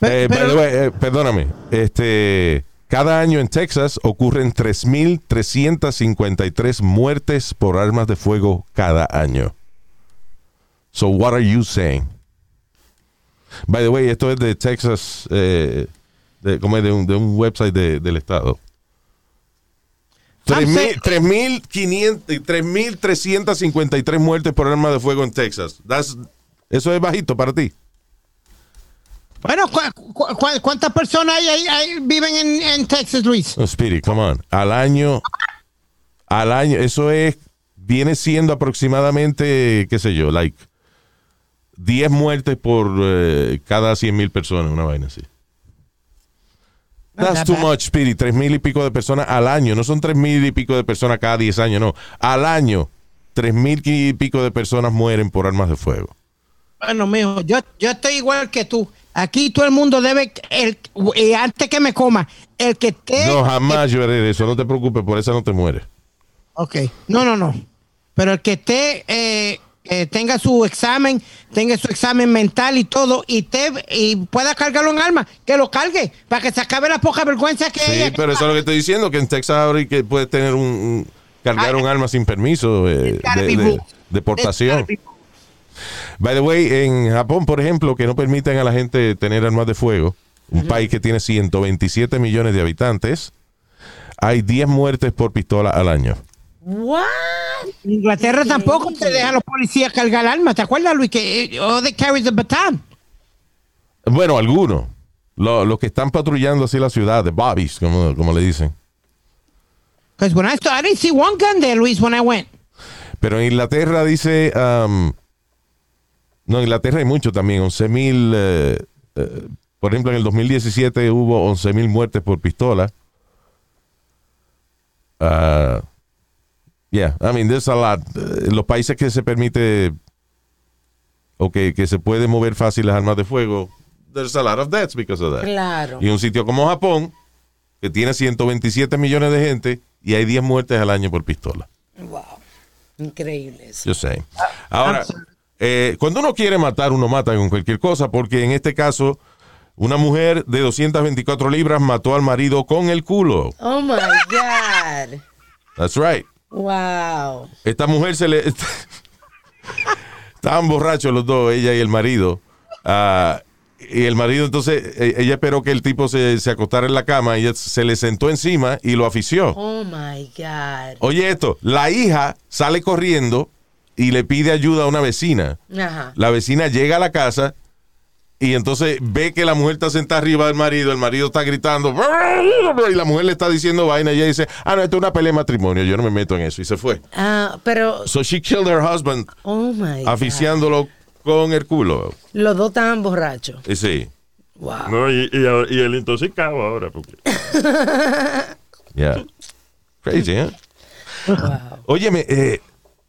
Eh, by the way, eh, perdóname. Este, cada año en Texas ocurren 3.353 muertes por armas de fuego cada año. So what are you saying? By the way, esto es de Texas, eh, de, ¿cómo es? De, un, de un website de- del estado. Tres mil- 3.500 3.353 muertes por arma de fuego en Texas. That's- eso es bajito para ti. Bueno, ¿cu- cu- cu- cuántas personas hay, ahí- ahí viven en, en Texas, Luis? No, Speedy, Oh, come on. Al año, al año, eso es, viene siendo aproximadamente, qué sé yo, like 10 muertes por eh, cada 100 mil personas, una vaina así. That's too much, Speedy. Tres mil y pico de personas al año. No son tres mil y pico de personas cada 10 años, no. Al año, tres mil y pico de personas mueren por armas de fuego. Bueno, mijo, yo, yo estoy igual que tú. Aquí todo el mundo debe, el, eh, antes que me coma, el que esté... No, jamás yo haré eso. No te preocupes, por eso no te mueres. Ok, no, no, no. Pero el que esté, eh, eh, tenga su examen, tenga su examen mental y todo, y, te, y pueda cargarlo en alma, que lo cargue, para que se acabe la poca vergüenza que hay. Sí, aquí. pero eso es lo que estoy diciendo, que en Texas ahora y que puedes tener un, un- cargar un arma sin permiso eh, gotta de, be de- rules. deportación. By the way, en Japón, por ejemplo, que no permiten a la gente tener armas de fuego, un país que tiene 127 millones de habitantes, hay 10 muertes por pistola al año. What? En Inglaterra tampoco se deja a los policías cargar armas, ¿te acuerdas, Luis? Que, eh, oh, they carry the baton. Bueno, algunos. Lo- los que están patrullando así la ciudad, de bobbies, como, como le dicen. Because Pues, when I saw, I didn't see one gun there, Luis, when I went. Pero en Inglaterra dice. am, no, en Inglaterra hay mucho también. 11.000. eh, eh, por ejemplo, en el 2017 hubo 11.000 muertes por pistola. Ah, yeah, I mean, there's a lot. Eh, Los países que se permite. O que, que se puede mover fácil las armas de fuego. There's a lot of deaths because of that. Claro. Y un sitio como Japón, que tiene 127 millones de gente, y hay 10 muertes al año por pistola. Wow. Increíble eso. Yo sé. Ahora, eh, cuando uno quiere matar, uno mata con cualquier cosa, porque en este caso, una mujer de 224 libras mató al marido con el culo. Oh my God. That's right. Wow. Esta mujer se le. <laughs> Estaban borrachos los dos, ella y el marido. Ah, y el marido, entonces, e- ella esperó que el tipo se, se acostara en la cama, ella se le sentó encima y lo afició. Oh my God. Oye, esto, la hija sale corriendo y le pide ayuda a una vecina. Ajá. La vecina llega a la casa y entonces ve que la mujer está sentada arriba del marido, el marido está gritando y la mujer le está diciendo vaina y ella dice, ah, no, esto es una pelea de matrimonio, yo no me meto en eso y se fue. Ah, pero, So she killed her husband oh my God. aficiándolo con el culo. Los dos estaban borrachos. Y sí, No, y, y ahora- y el intoxicado ahora. Porque... <laughs> yeah. Crazy, ¿eh? Óyeme, eh,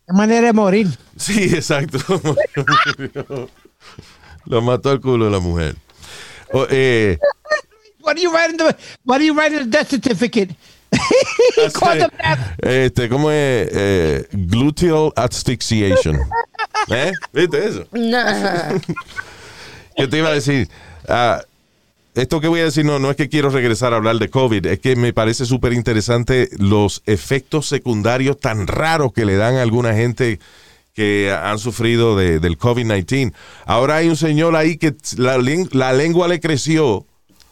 Qué manera de morir. <laughs> sí, exacto. Lo mató al culo de la mujer. O, eh, What do you write in the What do you write in the death certificate? he called them that. este, ¿Cómo es? Eh, gluteal asphyxiation. ¿Eh? ¿Viste eso? No. Yo te iba a decir, ah, esto que voy a decir no, no es que quiero regresar a hablar de COVID, es que me parece súper interesante los efectos secundarios tan raros que le dan a alguna gente que han sufrido de- del COVID-19. Ahora hay un señor ahí que la, lin- la lengua le creció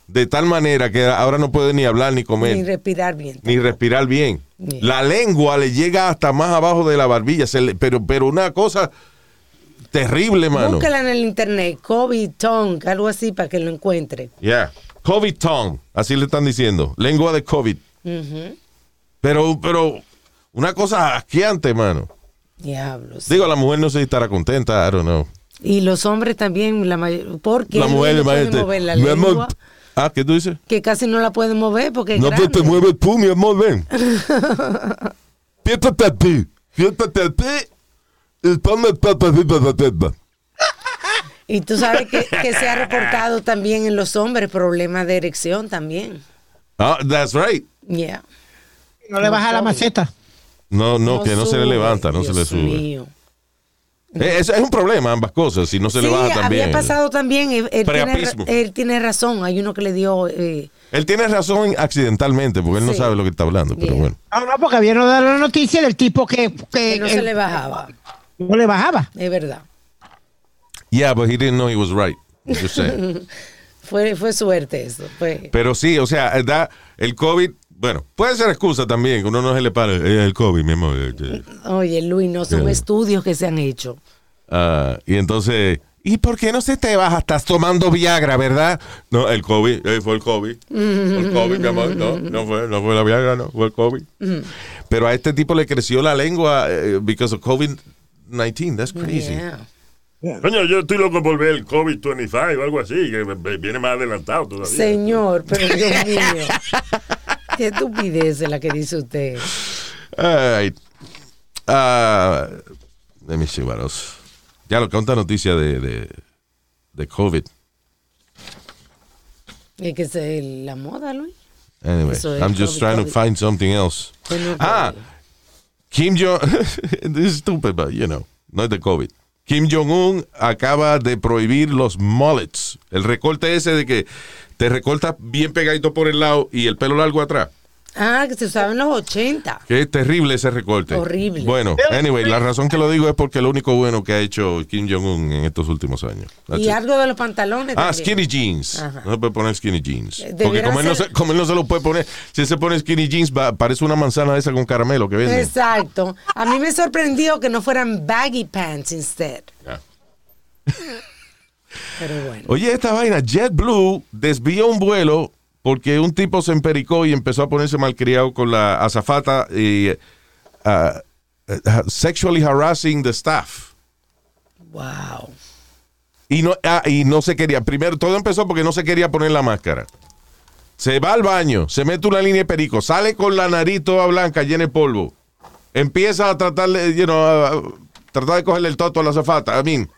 de tal manera que ahora no puede ni hablar ni comer Ni respirar bien. ni respirar bien. La lengua le llega hasta más abajo de la barbilla, se le- pero, pero una cosa terrible, mano. Búscala en el internet, COVID tongue, algo así para que lo encuentre. Yeah. COVID tongue, así le están diciendo, lengua de COVID. Ujú. Pero, pero, una cosa asqueante, mano. Diablos. Digo, la mujer no se estará contenta, I don't know. Y los hombres también, la mayor, porque la mujer, no pueden imagínate, mover la mi lengua, amor, ah, ¿qué tú dices? que casi no la pueden mover porque es No pues, grande. te mueves tú, mi amor, <laughs> ven. Piétate a ti, piétate a ti y toma patatita, patatita. Y tú sabes que, que se ha reportado también en los hombres problemas de erección también. Ah, that's right. Yeah. <laughs> No le baja la maceta. No, no, que no se le sube, levanta, no se le Dios sube. mío. Eh, Es, es un problema ambas cosas, si no se sí, le baja había también. pasado también. Él, él tiene, Preapismo. él tiene razón. Hay uno que le dio. eh, Él tiene razón accidentalmente, porque él no Sí. sabe lo que está hablando, pero bueno. No, no, porque vieron dar la noticia del tipo que, que, que no se el- le bajaba. no le bajaba. Es verdad. Yeah, but he didn't know he was right. Just saying. <laughs> fue, fue suerte eso. Fue. Pero sí, o sea, da- el COVID, bueno, puede ser excusa también, que uno no se le pare eh, el COVID, mi amor. eh, eh. Oye, Luis, no son Bien. estudios que se han hecho. Ah, y entonces, ¿y por qué no se te baja? Estás tomando Viagra, ¿verdad? No, el COVID, eh, fue el COVID. Fue el COVID, mi amor, no, no fue, no fue la Viagra, no, fue el COVID. Pero a este tipo le creció la lengua eh, because of COVID-19, that's crazy. Coño, yo estoy loco por ver el COVID-25 o algo así, que v- viene más adelantado todavía. Señor, <laughs> pero Dios mío. Qué estupidez es la que dice usted. All right. Ah, let me see what else. Ya lo cuenta noticia de, de, de COVID. Es que se la moda, Luis. Anyway, Eso es I'm just COVID, trying to COVID. find something else. Pues no, Ah, Kim Jong. <laughs> this is stupid, but you know, no es de COVID. Kim Jong-un acaba de prohibir los mullets. El recorte ese de que te recortas bien pegadito por el lado y el pelo largo atrás. Ah, que se usaba en los 80. Que es terrible ese recorte. Horrible. Bueno, anyway, la razón que lo digo es porque lo único bueno que ha hecho Kim Jong-un en estos últimos años. That's y it. algo de los pantalones. Ah, también. skinny jeans. Ajá. No se puede poner skinny jeans. Eh, Porque como él, no deberán se, como él no se lo puede poner, si él se pone skinny jeans, va- parece una manzana esa con caramelo que venden. Exacto. A mí me sorprendió que no fueran baggy pants instead. Ah. Pero bueno. Oye, esta vaina, JetBlue desvió un vuelo porque un tipo se empericó y empezó a ponerse malcriado con la azafata y eh, ah, ah, sexually harassing the staff. Wow. Y no, ah, y no se quería. Primero, todo empezó porque no se quería poner la máscara. Se va al baño, se mete una línea de perico, sale con la nariz toda blanca, llena de polvo. Empieza a tratarle, you know, a- a- tratar de cogerle el toto a la zafata. I mean,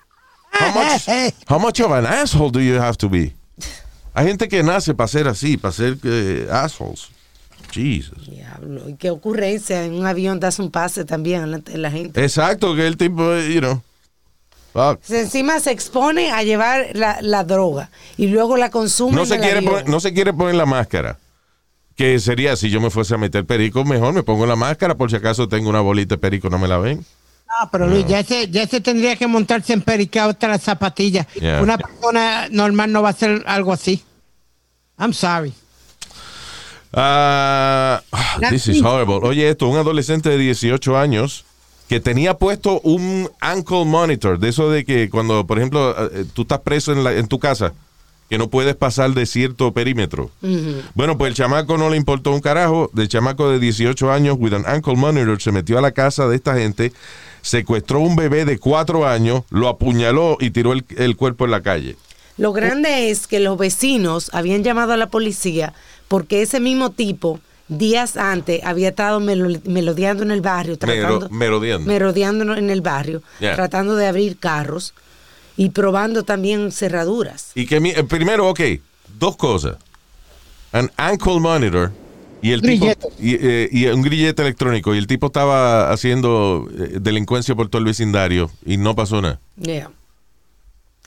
how much, how much of an asshole do you have to be? Hay gente que nace para ser así, para ser eh, assholes. Jesus. Diablo. ¿Y qué ocurrencia? En un avión das un pase también delante de la gente. Exacto, que el tipo, eh, you know. fuck. Se- Encima se expone a llevar la, la droga y luego la consume. no se quiere poner, no se quiere poner la máscara. Que sería si yo me fuese a meter perico, mejor me pongo la máscara por si acaso tengo una bolita de perico, no me la ven. No, pero Luis, ya se, ya se tendría que montarse en pericado hasta las zapatillas. Yeah. Una persona normal no va a hacer algo así. I'm sorry. Ah, this is horrible. Oye, esto, un adolescente de 18 años que tenía puesto un ankle monitor, de eso de que cuando, por ejemplo, eh, tú estás preso en, la- en tu casa, que no puedes pasar de cierto perímetro. Bueno, pues el chamaco no le importó un carajo. Del chamaco de 18 años, with an ankle monitor, se metió a la casa de esta gente, secuestró un bebé de 4 años, lo apuñaló y tiró el, el cuerpo en la calle. Lo grande es que los vecinos habían llamado a la policía porque ese mismo tipo, días antes, había estado melo- melodeando en el barrio, tratando, Mero- merodeando. merodeando en el barrio, Yeah. tratando de abrir carros y probando también cerraduras. Y que mi- eh, primero, ok, dos cosas. An ankle monitor y el Grillete. tipo y, eh, y un grillete electrónico y el tipo estaba haciendo eh, delincuencia por todo el vecindario y no pasó nada. Yeah.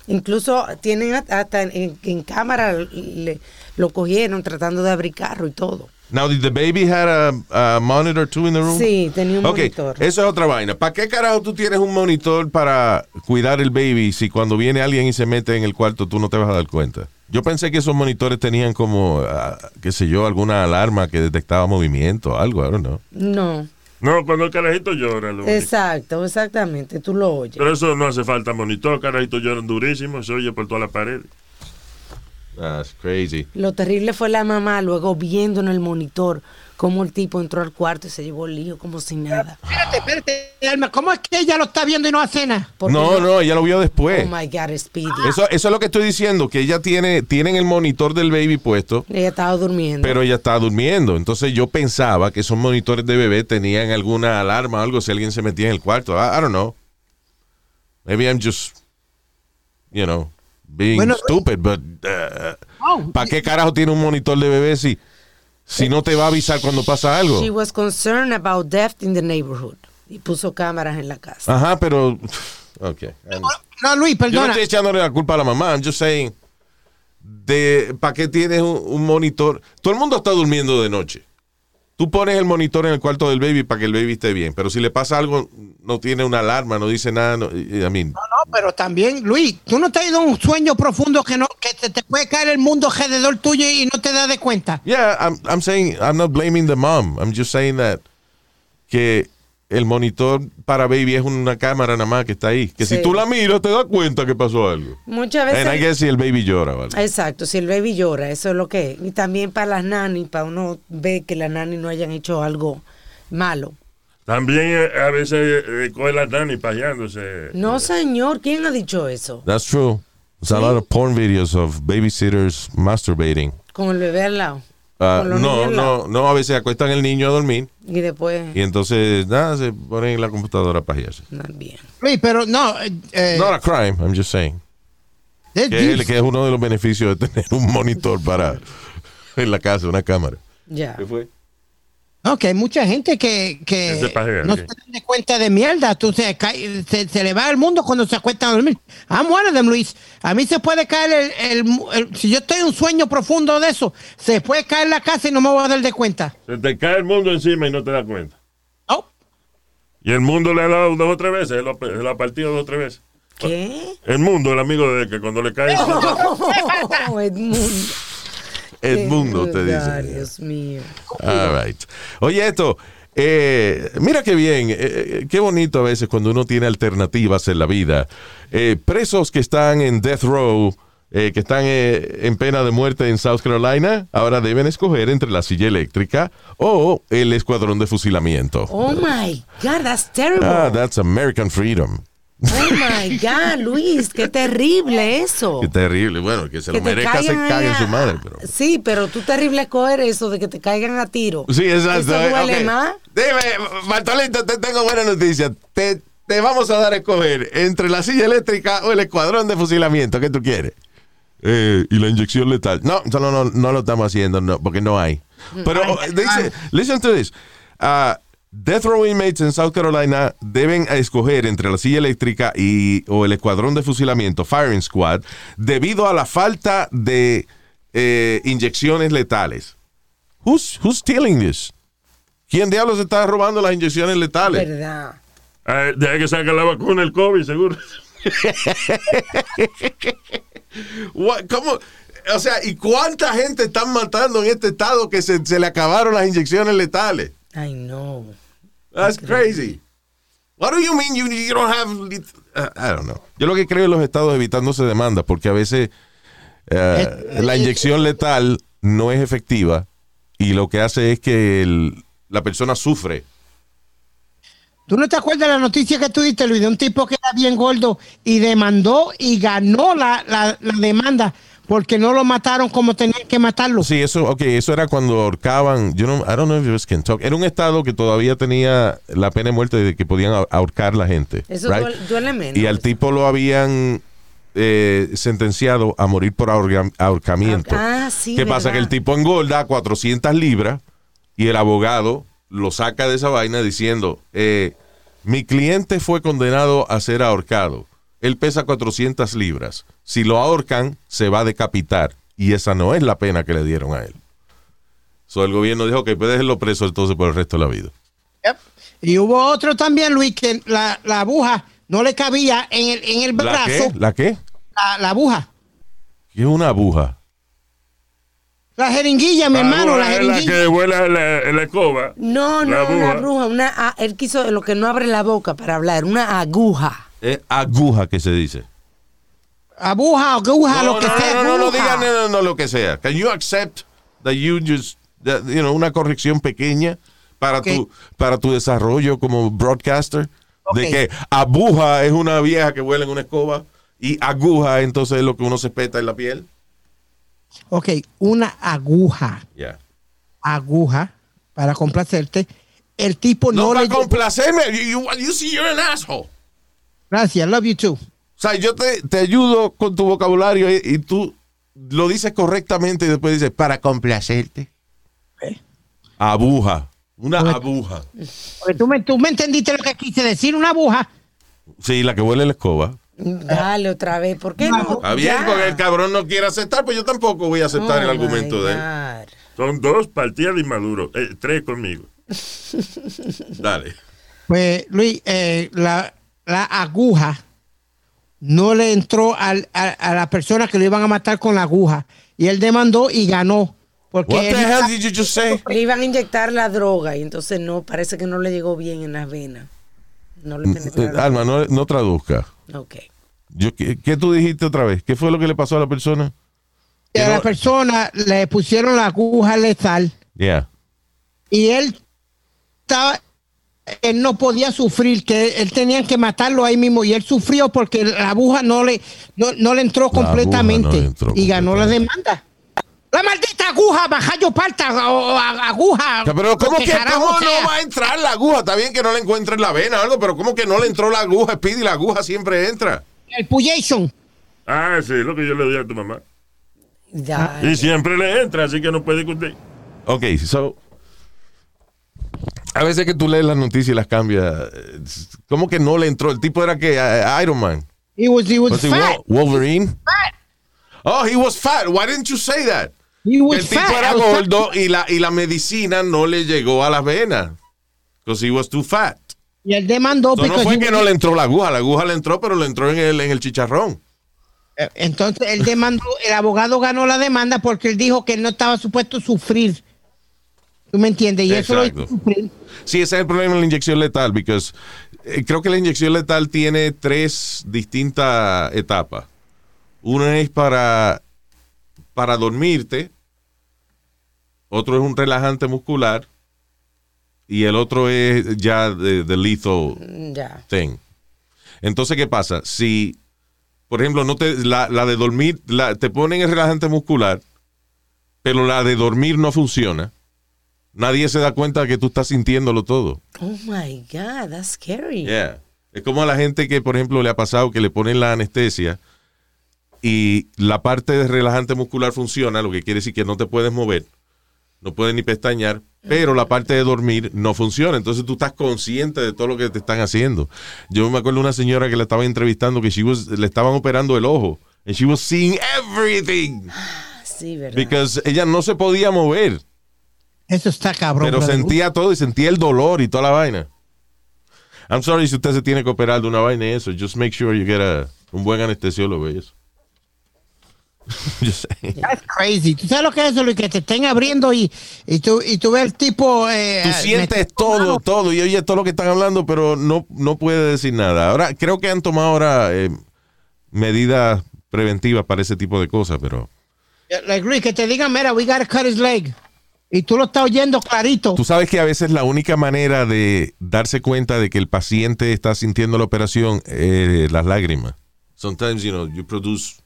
Incluso tienen at- hasta en, en- en cámara le- lo cogieron tratando de abrir carro y todo. Now did the baby had a, a monitor too in the room? Sí, tenía un Ok, monitor. eso es otra vaina. ¿Para qué carajo tú tienes un monitor para cuidar el baby si cuando viene alguien y se mete en el cuarto tú no te vas a dar cuenta? Yo pensé que esos monitores tenían como, ah, qué sé yo, alguna alarma que detectaba movimiento, algo, I don't know. No. No, cuando el carajito llora. Lo único. Exacto, exactamente. Tú lo oyes. Pero eso no hace falta monitor. Carajito lloran durísimo. Se oye por toda la pared. That's crazy. Lo terrible fue la mamá luego viendo en el monitor cómo el tipo entró al cuarto y se llevó el hijo como si nada. Espérate, espérate, Alma, ¿cómo es que ella lo está viendo y no hace nada? No, no, ella lo vio después. Oh my God, Speedy. Eso, eso es lo que estoy diciendo, que ella tiene, tienen el monitor del baby puesto, Ella estaba durmiendo. pero ella está durmiendo. Entonces yo pensaba que esos monitores de bebé tenían alguna alarma o algo si alguien se metía en el cuarto. I, I don't know. Maybe I'm just, you know, being Bueno, stupid, but No. ¿para qué carajo tiene un monitor de bebé si, si no te va a avisar cuando pasa algo? She was concerned about theft in the neighborhood. Y puso cámaras en la casa. Ajá, pero, ok. No, Luis, Yo no perdona. estoy echándole la culpa a la mamá. I'm just saying, de, ¿para qué tienes un, un monitor? Todo el mundo está durmiendo de noche. Tú pones el monitor en el cuarto del baby para que el baby esté bien. Pero si le pasa algo, no tiene una alarma, no dice nada. No, I mean, No, pero también, Luis, tú no te has ido a un sueño profundo que no que se te puede caer el mundo alrededor tuyo y no te das de cuenta. yeah, I'm, I'm saying, I'm not blaming the mom. I'm just saying that que el monitor para baby es una cámara nada más que está ahí. Que Sí. si tú la miras, te das cuenta que pasó algo. Muchas And I veces. guess si el baby llora, ¿vale? Exacto, si el baby llora, eso es lo que es. Y también para las nani, para uno ver que las nani no hayan hecho algo malo. También eh, a veces eh, coge la nani pajeándose. Eh. No, señor, ¿quién ha dicho eso? That's true. There's a lot of porn videos of babysitters masturbating. Con el bebé al lado. Ah, Con los no, niños al lado. no, no, a veces acuestan el niño a dormir Y después, y entonces nada, se ponen en la computadora para pajearse. también. Luis, pero no. eh, eh, Not a crime, I'm just saying. de- Que es, que es uno de los beneficios de tener un monitor para <laughs> en la casa, una cámara. Ya. no, que hay mucha gente que, que Es de pajera, no sí. se dan de cuenta de mierda. Tú se, cae- se, se le va el mundo cuando se acuestan a dormir. I'm one of them, Luis. A mí se puede caer el, el mu- el- Si yo estoy en un sueño profundo de eso, se puede caer la casa y no me voy a dar de cuenta. Se te cae el mundo encima y no te das cuenta. No. Y el mundo le ha dado dos o tres veces. Lo, se lo ha partido dos o tres veces. ¿Qué? El mundo, el amigo de que cuando le <laughs> cae. Oh, Edmundo. Edmundo te Ay, dice. Dios mío. All right. Oye, esto. eh, mira qué bien, eh, eh, qué bonito a veces cuando uno tiene alternativas en la vida. Eh, presos que están en death row, eh, que están eh, en pena de muerte en South Carolina, ahora deben escoger entre la silla eléctrica o el escuadrón de fusilamiento. Oh my God, that's terrible. Ah, that's American freedom. Oh my God, Luis, qué terrible eso. Qué terrible. Bueno, que se Oh. Que lo te merezca, se caigan ahí cague en a- su madre. Pero... Sí, pero tú terrible coger eso de que te caigan a tiro. Sí, exacto. Eso eh, duele ok. más. Dime, Bartolito, te tengo buena noticia. Te, te vamos a dar a escoger entre la silla eléctrica o el escuadrón de fusilamiento. ¿Qué tú quieres? Eh, y la inyección letal. No, no, no, no, no lo estamos haciendo no, porque no hay. Mm. Pero eh, dice, listen to this. Ah, death row inmates en South Carolina deben a escoger entre la silla eléctrica y, o el escuadrón de fusilamiento, firing squad, debido a la falta de eh, inyecciones letales. Who's, who's stealing this? ¿Quién diablos está robando las inyecciones letales? Verdad. Ah, Deja que saca la vacuna el COVID, seguro. What- ¿Cómo? O sea, ¿y cuánta gente están matando en este estado que se, se le acabaron las inyecciones letales? Ay, no. That's crazy. What do you mean you, you don't have... lit- Uh, I don't know. Yo lo que creo es los estados evitándose demandas porque a veces eh, la inyección letal no es efectiva y lo que hace es que el- la persona sufre. ¿Tú no te acuerdas la noticia que tuviste, Luis, de un tipo que era bien gordo y demandó y ganó la, la- la demanda porque no lo mataron como tenían que matarlo? Sí, eso, ok, eso era cuando ahorcaban, yo no, I don't know if it was Kentucky. Era un estado que todavía tenía la pena de muerte de que podían ahor- ahorcar la gente. Eso right? duele, duele menos. Y al tipo lo habían eh, sentenciado a morir por ahorga- ahorcamiento. Ah, sí, ¿Qué pasa? ¿verdad? Que el tipo engorda 400 libras y el abogado lo saca de esa vaina diciendo, eh, mi cliente fue condenado a ser ahorcado. Él pesa 400 libras. Si lo ahorcan, se va a decapitar. Y esa no es la pena que le dieron a él. So, el gobierno dijo que puede dejarlo preso entonces por el resto de la vida. Y hubo otro también, Luis, que la, la aguja no le cabía en el, en el ¿La brazo. qué? ¿La qué? La, la aguja. ¿Qué es una aguja? La jeringuilla, mi ¿eh? hermano, la Ahora es la jeringuilla. que vuela la, la escoba. No, La no, una aguja. bruja, una, a- él quiso lo que no abre la boca para hablar, <laughs> una aguja. Es aguja que se dice. Aguja, aguja, no, lo que no, sea. no, no, no aguja. digan no, no, no, lo que sea. Can you accept that you just, that, you know, una corrección pequeña para tu para tu desarrollo como broadcaster Ok. de que aguja es una vieja que vuela en una escoba y aguja entonces es lo que uno se peta en la piel. Ok, una aguja. Yeah. Aguja, para complacerte. El tipo no, No, le. para complacerme, you, you, you see you're an asshole. Gracias, love you too. O sea, yo te, te ayudo con tu vocabulario y, y tú lo dices correctamente y después dices, para complacerte. Abuja. Una abuja. Porque tú me, tú me entendiste lo que quise decir, una aguja. Sí, la que huele la escoba. Dale otra vez, ¿por qué no? Está Ah, bien, porque el cabrón no quiere aceptar, pues yo tampoco voy a aceptar Oh, el argumento de él. Son dos partidas de inmaduro. eh, tres conmigo. <laughs> Dale. Pues, Luis, eh, la, la aguja no le entró al- a, a la persona que lo iban a matar con la aguja. Y él demandó y ganó. Porque What the él- hell did you just say? Le iban a inyectar la droga y entonces no, parece que no le llegó bien en las venas. No le Eh, penetraron. Alma, no, no traduzca. Ok. Yo, ¿qué, qué tú dijiste otra vez? ¿Qué fue lo que le pasó a la persona? que a la persona le pusieron la aguja letal Yeah. y él estaba él no podía sufrir que él, él tenía que matarlo ahí mismo y él sufrió porque la aguja no le no, no le entró aguja no le completamente entró y ganó la demanda la maldita aguja bajayo parta o, o a- aguja Pero ¿cómo lo que carajo cómo sea. no va a entrar la aguja? Está bien que no le encuentren la vena o algo, pero ¿cómo que no le entró la aguja, Speedy? La aguja siempre entra. el puyation Ah, sí, lo que yo le doy a tu mamá. Ya. Y siempre le entra, así que no puede discutir. Ok, so. A veces que tú lees las noticias y las cambias, eh, ¿cómo que no le entró? El tipo era que eh, Iron Man. he was he was Was he fat Wo- Wolverine? fat. Oh, he was fat. Why didn't you say that? he was El tipo fat. era I was fat. gordo y la, y la medicina no le llegó a las venas. Because he was too fat. y él demandó So, no because fue he que was- no le entró la aguja, la aguja le entró, pero le entró en el, en el chicharrón. Eh, Entonces él demandó, el abogado ganó la demanda porque él dijo que él no estaba supuesto a sufrir. ¿Tú me entiendes? Y eso lo hizo Exacto. sufrir. Sí, ese es el problema de la inyección letal, because eh, creo que la inyección letal tiene tres distintas etapas. Una es para, para dormirte, otro es un relajante muscular y el otro es ya de, de lethal Ya. thing. Entonces, ¿qué pasa? Si, por ejemplo, no te, la, la de dormir, la- te ponen el relajante muscular, pero la de dormir no funciona, nadie se da cuenta que tú estás sintiéndolo todo. Oh my God, that's scary. Yeah. Es como a la gente que, por ejemplo, le ha pasado que le ponen la anestesia y la parte de relajante muscular funciona, lo que quiere decir que no te puedes mover, no puedes ni pestañear, pero la parte de dormir no funciona. Entonces tú estás consciente de todo lo que te están haciendo. Yo me acuerdo de una señora que la estaba entrevistando que she was- le estaban operando el ojo. And she was seeing everything. Sí, ¿verdad? Because ella no se podía mover, Eso está cabrón. pero brother. sentía todo y sentía el dolor y toda la vaina. I'm sorry si usted se tiene que operar de una vaina y eso. Just make sure you get a- un buen anestesiólogo y eso. <laughs> Yo sé. That's crazy. ¿Tú sabes lo que es eso? Luis? Que te estén abriendo y, y, tú, y tú ves el tipo... eh, Tú eh, sientes todo, todo, y oye todo lo que están hablando, pero no, no puede decir nada. Ahora, creo que han tomado ahora eh, medidas preventivas para ese tipo de cosas, pero metido- like, Luis, que te digan, mira, we gotta cut his leg. Y tú lo estás oyendo clarito. tú sabes que a veces la única manera de darse cuenta de que el paciente está sintiendo la operación es las lágrimas. Sometimes, you know, you produce,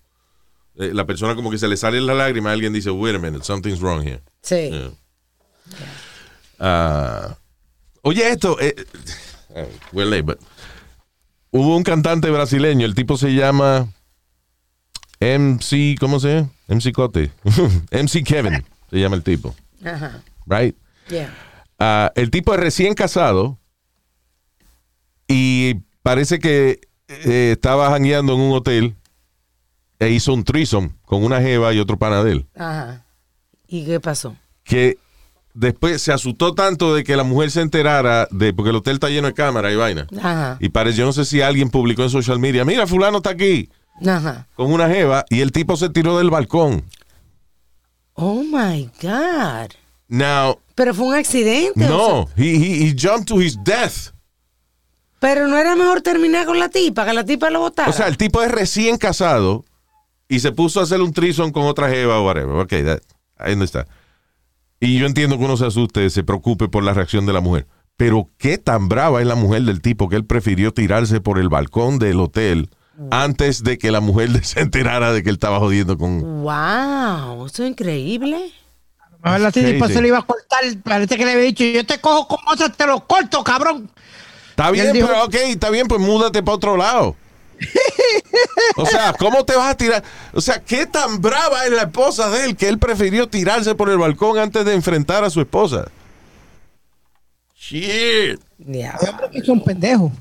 eh, la persona como que se le sale la lágrima, alguien dice, wait a minute, something's wrong here. Sí. Yeah. Ah, oye, esto. eh, eh, we're late, but- Hubo un cantante brasileño, el tipo se llama MC, ¿cómo se llama? MC Cote. <laughs> MC Kevin, se llama el tipo. Ajá. Right? Yeah. Ah, el tipo es recién casado y parece que eh, estaba jangueando en un hotel e hizo un threesome con una jeva y otro pana de él. Ajá. ¿Y qué pasó? Que después se asustó tanto de que la mujer se enterara de porque el hotel está lleno de cámaras y vaina. Ajá. Y parece, yo no sé si alguien publicó en social media, mira, fulano está aquí Ajá. con una jeva y el tipo se tiró del balcón. Oh my God. Now, Pero fue un accidente. o sea, no, he, he, he jumped to his death. pero no era mejor terminar con la tipa, que la tipa lo botara. O sea, el tipo es recién casado y se puso a hacer un trison con otra jeva o whatever. Ok, that, ahí no está. Y yo entiendo que uno se asuste, se preocupe por la reacción de la mujer. Pero qué tan brava es la mujer del tipo que él prefirió tirarse por el balcón del hotel antes de que la mujer <laughs> se enterara de que él estaba jodiendo con... wow, eso es increíble. A ver, la Crazy. tipa pues, se lo iba a cortar. Parece que le había dicho, yo te cojo con otra, te lo corto, cabrón. Está Y él bien, dijo- pero ok, está bien, pues múdate para otro <laughs> lado. O sea, ¿cómo te vas a tirar? O sea, ¿qué tan brava es la esposa de él que él prefirió tirarse por el balcón antes de enfrentar a su esposa? Shit. Ya. Es un pendejo.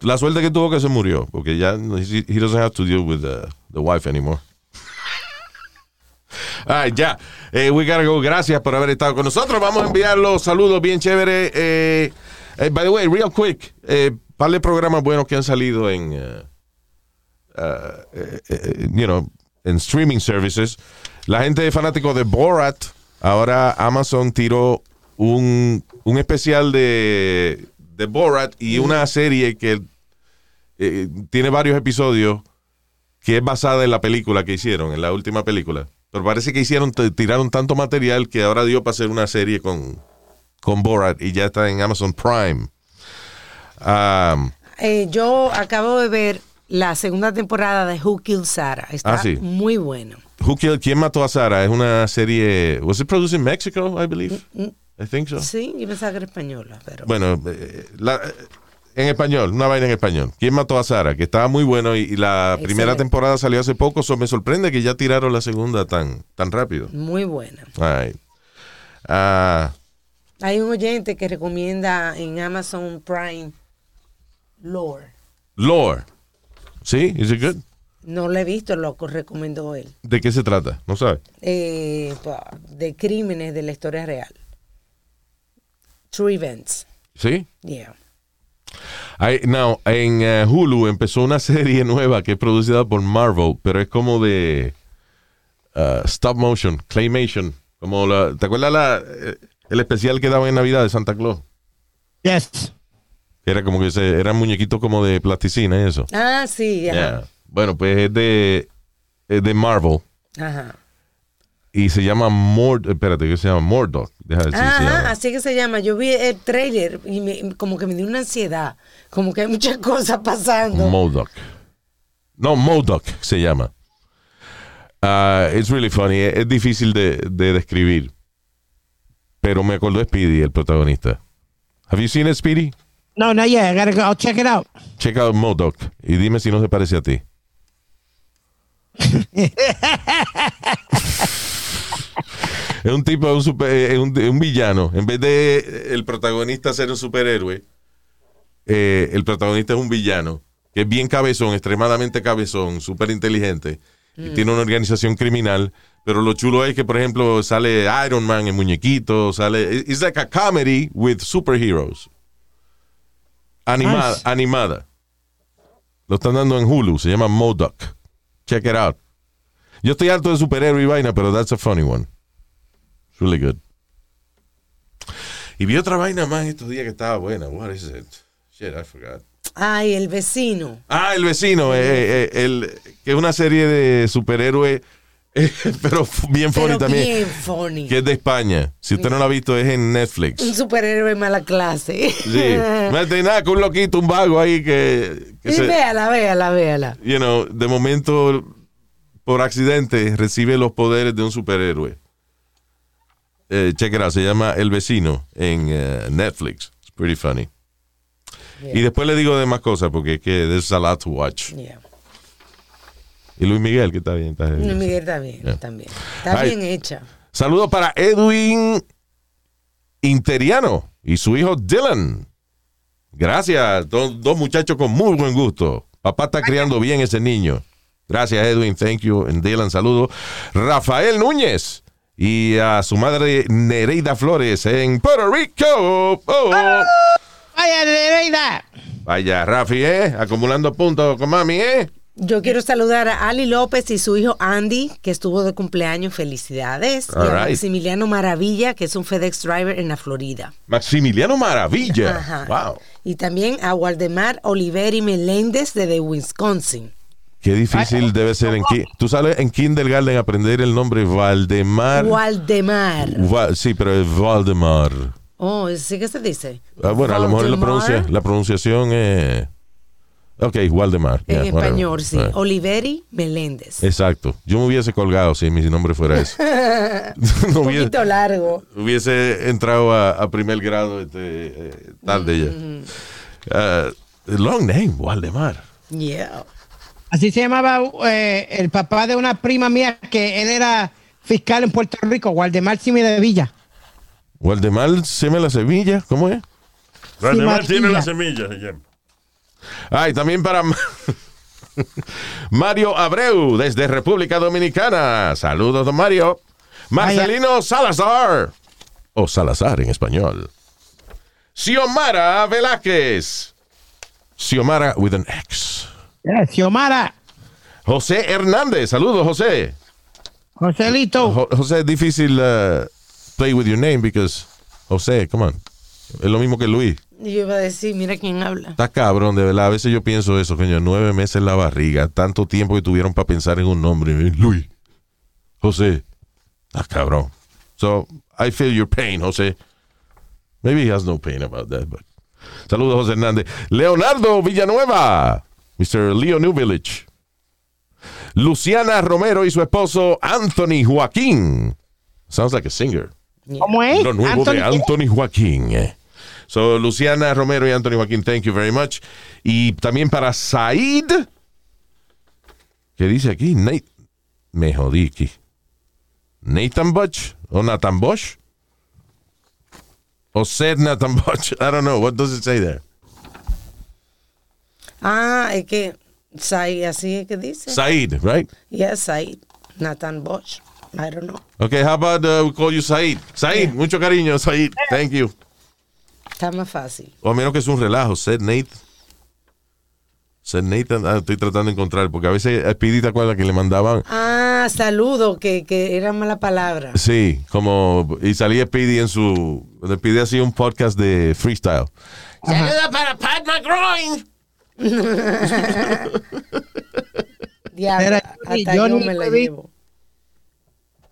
La suerte que tuvo que se murió, porque ya no- he he doesn't have to deal with the, the wife anymore. <laughs> All right, ya. Eh, we gotta go. Gracias por haber estado con nosotros. Vamos a enviar los saludos bien chévere. Eh, eh, by the way, real quick, eh, par de programas buenos que han salido en, eh, ah, eh, eh, you know, en streaming services. La gente es fanático de Borat. Ahora Amazon tiró un, un especial de, de Borat y una serie que eh, tiene varios episodios que es basada en la película que hicieron, en la última película. Pero parece que hicieron, t- tiraron tanto material que ahora dio para hacer una serie con, con Borat y ya está en Amazon Prime. Um, Eh, yo acabo de ver la segunda temporada de Who Killed Sarah. Está Ah, sí. muy bueno. Who Killed- ¿Quién mató a Sara? Es una serie. ¿Was it produced in Mexico, I believe? Mm, I think so. Sí, yo pensaba que era española, pero Bueno, eh, la- en español, una vaina en español. ¿Quién mató a Sara? Que estaba muy bueno y, y la primera Excelente. temporada salió hace poco. So, me sorprende que ya tiraron la segunda tan, tan rápido. muy buena. All right. Ah, Hay un oyente que recomienda en Amazon Prime Lore. Lore. ¿Sí? ¿Is it good? No lo he visto, lo co- recomendó él. ¿De qué se trata? No sabe. Eh, pa- de crímenes de la historia real. True events. ¿Sí? Yeah. Ay, now, en eh, Hulu empezó una <laughs> serie nueva que es producida por Marvel, pero es como de uh, stop motion, claymation. Como la, ¿Te acuerdas la, eh, el especial que daban en Navidad de Santa Claus? Yes. Era como que se, eran muñequitos como de plasticina y eso. Ah, sí, ajá. Yeah. Bueno, pues es de, es de Marvel Ajá. y se llama Mord... Espérate, ¿qué se llama? Mordog. Deja de decir, se Ajá, llama. así que se llama. Yo vi el trailer y me- como que me dio una ansiedad. Como que hay muchas <laughs> cosas pasando. Modoc. No, Modoc se llama. Ah, it's really funny. Es, es difícil de, de describir. Pero me acordó de Speedy, el protagonista. Have you seen it, Speedy? No, no, yeah, I gotta go. I'll check it out. Check out Modoc y dime si no se parece a ti. es un tipo, un, super- eh, es un, es un villano. En vez de eh, el protagonista ser un superhéroe, eh, el protagonista es un villano que es bien cabezón, extremadamente cabezón, súper inteligente. Y tiene una organización criminal. Pero lo chulo es que, por ejemplo, sale Iron Man en muñequito, sale. eh, It's like a comedy with superheroes. Animada, Nice. animada. Lo están dando en Hulu, se llama Modoc. Check it out. Yo estoy harto de superhéroe y vaina, pero that's a funny one. It's really good. Y vi otra vaina más estos días que estaba buena. What is it? Shit, I forgot. Ay, el vecino. Ah, El Vecino, eh, eh, eh, el, que es una serie de superhéroes, <laughs> eh, pero f- bien funny Pero también, bien funny. que es de España. Si usted no la ha visto, es en Netflix. <laughs> Un superhéroe mala clase. <laughs> Sí. No tiene nada que un loquito, un vago ahí que, que y se- véala, véala, véala. you know, de momento, por accidente, recibe los poderes de un superhéroe. Eh, check it out, se llama El Vecino en eh, Netflix. It's pretty funny. Y después le digo de más cosas porque es que there's a lot to watch. Y Luis Miguel, que está bien. Está No, bien. Miguel está bien, Yeah. también. Está Ay. bien hecha. Saludos para Edwin Interiano y su hijo Dylan. Gracias, dos, dos muchachos con muy buen gusto. Papá está criando bien ese niño. Gracias, Edwin. Thank you. And Dylan, saludos. Rafael Núñez y a su madre Nereida Flores en Puerto Rico. Oh. Vaya, Nereida. Vaya, Rafi, ¿eh? Acumulando puntos con mami, ¿eh? Yo quiero saludar a Ali López y su hijo Andy, que estuvo de cumpleaños. Felicidades. Y All a right. Maximiliano Maravilla, que es un FedEx driver en la Florida. Maximiliano Maravilla. Ajá. Wow. Y también a Waldemar Oliveri Meléndez desde Wisconsin. Qué difícil debe ser en ki- Tú sabes en Kindergarten aprender el nombre Valdemar. Waldemar. Va- sí, pero es Valdemar. Oh, ¿sí que se dice? Ah, bueno, a lo mejor la, pronuncia- la pronunciación es. Ok, Valdemar. En yeah, whatever. español, sí. Right. Oliveri Meléndez. Exacto. Yo me hubiese colgado si mi nombre fuera eso. <laughs> <laughs> un No hubiese- poquito largo. hubiese entrado a, a primer grado este, eh, tarde ya. Mm. Ah, long name, Valdemar. Yeah. Así se llamaba eh, el papá de una prima mía que él era fiscal en Puerto Rico, Waldemar Simi de Villa. Valdemar Seme la Sevilla, ¿cómo es? Además tiene la semilla, se llama. Ay, Ah, también para Ma- <laughs> Mario Abreu, desde República Dominicana. Saludos, don Mario. Marcelino Salazar. O Salazar en español. Xiomara Velázquez. Xiomara with an X. Eh, Xiomara, José Hernández. Saludos, José. Joselito. Jo- José, es difícil uh, play with your name because José, come on. Es lo mismo que Luis. Y Yo iba a decir, mira quién habla. Está cabrón, de verdad. A veces yo pienso eso, coño. Nueve meses en la barriga. Tanto tiempo que tuvieron para pensar en un nombre. ¿eh? Luis. José. Está cabrón. So, I feel your pain, José. Maybe he has no pain about that, but... Saludos, José Hernández. Leonardo Villanueva. Mr. Leo New Village. Luciana Romero y su esposo Anthony Joaquín. Sounds like a singer. ¿Cómo es? Lo nuevo de Anthony- eh. Anthony Joaquín. So, Luciana Romero y Anthony Joaquín, thank you very much. Y también para Said, ¿qué dice aquí? Nate, me jodí aquí. Nathan Butch o Nathan Bosch o Seth Nathan <laughs> Butch. I don't know. What does it say there? Ah, es que Sai, así es que dice. Said, right? Yeah, Sai. Nathan Bosch. I don't know. Okay, how about uh, we call you Said? Said, mucho cariño, Said. Thank you. Está más fácil. O a menos que es un relajo, Seth Nate. Seth Nathan, ah, estoy tratando de encontrar, porque a veces a Speedy te acuerdas que le mandaban Ah, saludo, que, que era mala palabra. Sí, como. Y salía Speedy en su. Cuando Speedy hacía un podcast de freestyle. Saludo para Pat McGroin. Diablo, Era- hasta yo, yo ni me la lo vi. llevo.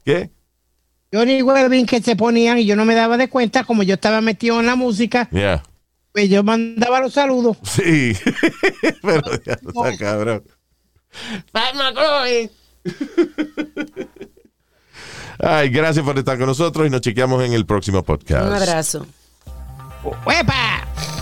¿Qué? Johnny Webin que se ponían y yo no me daba de cuenta, como yo estaba metido en la música, Yeah. pues yo mandaba los saludos. Sí. <laughs> Pero ya no está cabrón. Pat McGroin. Ay, gracias por estar con nosotros y nos chequeamos en el próximo podcast. Un abrazo. ¡Uepa!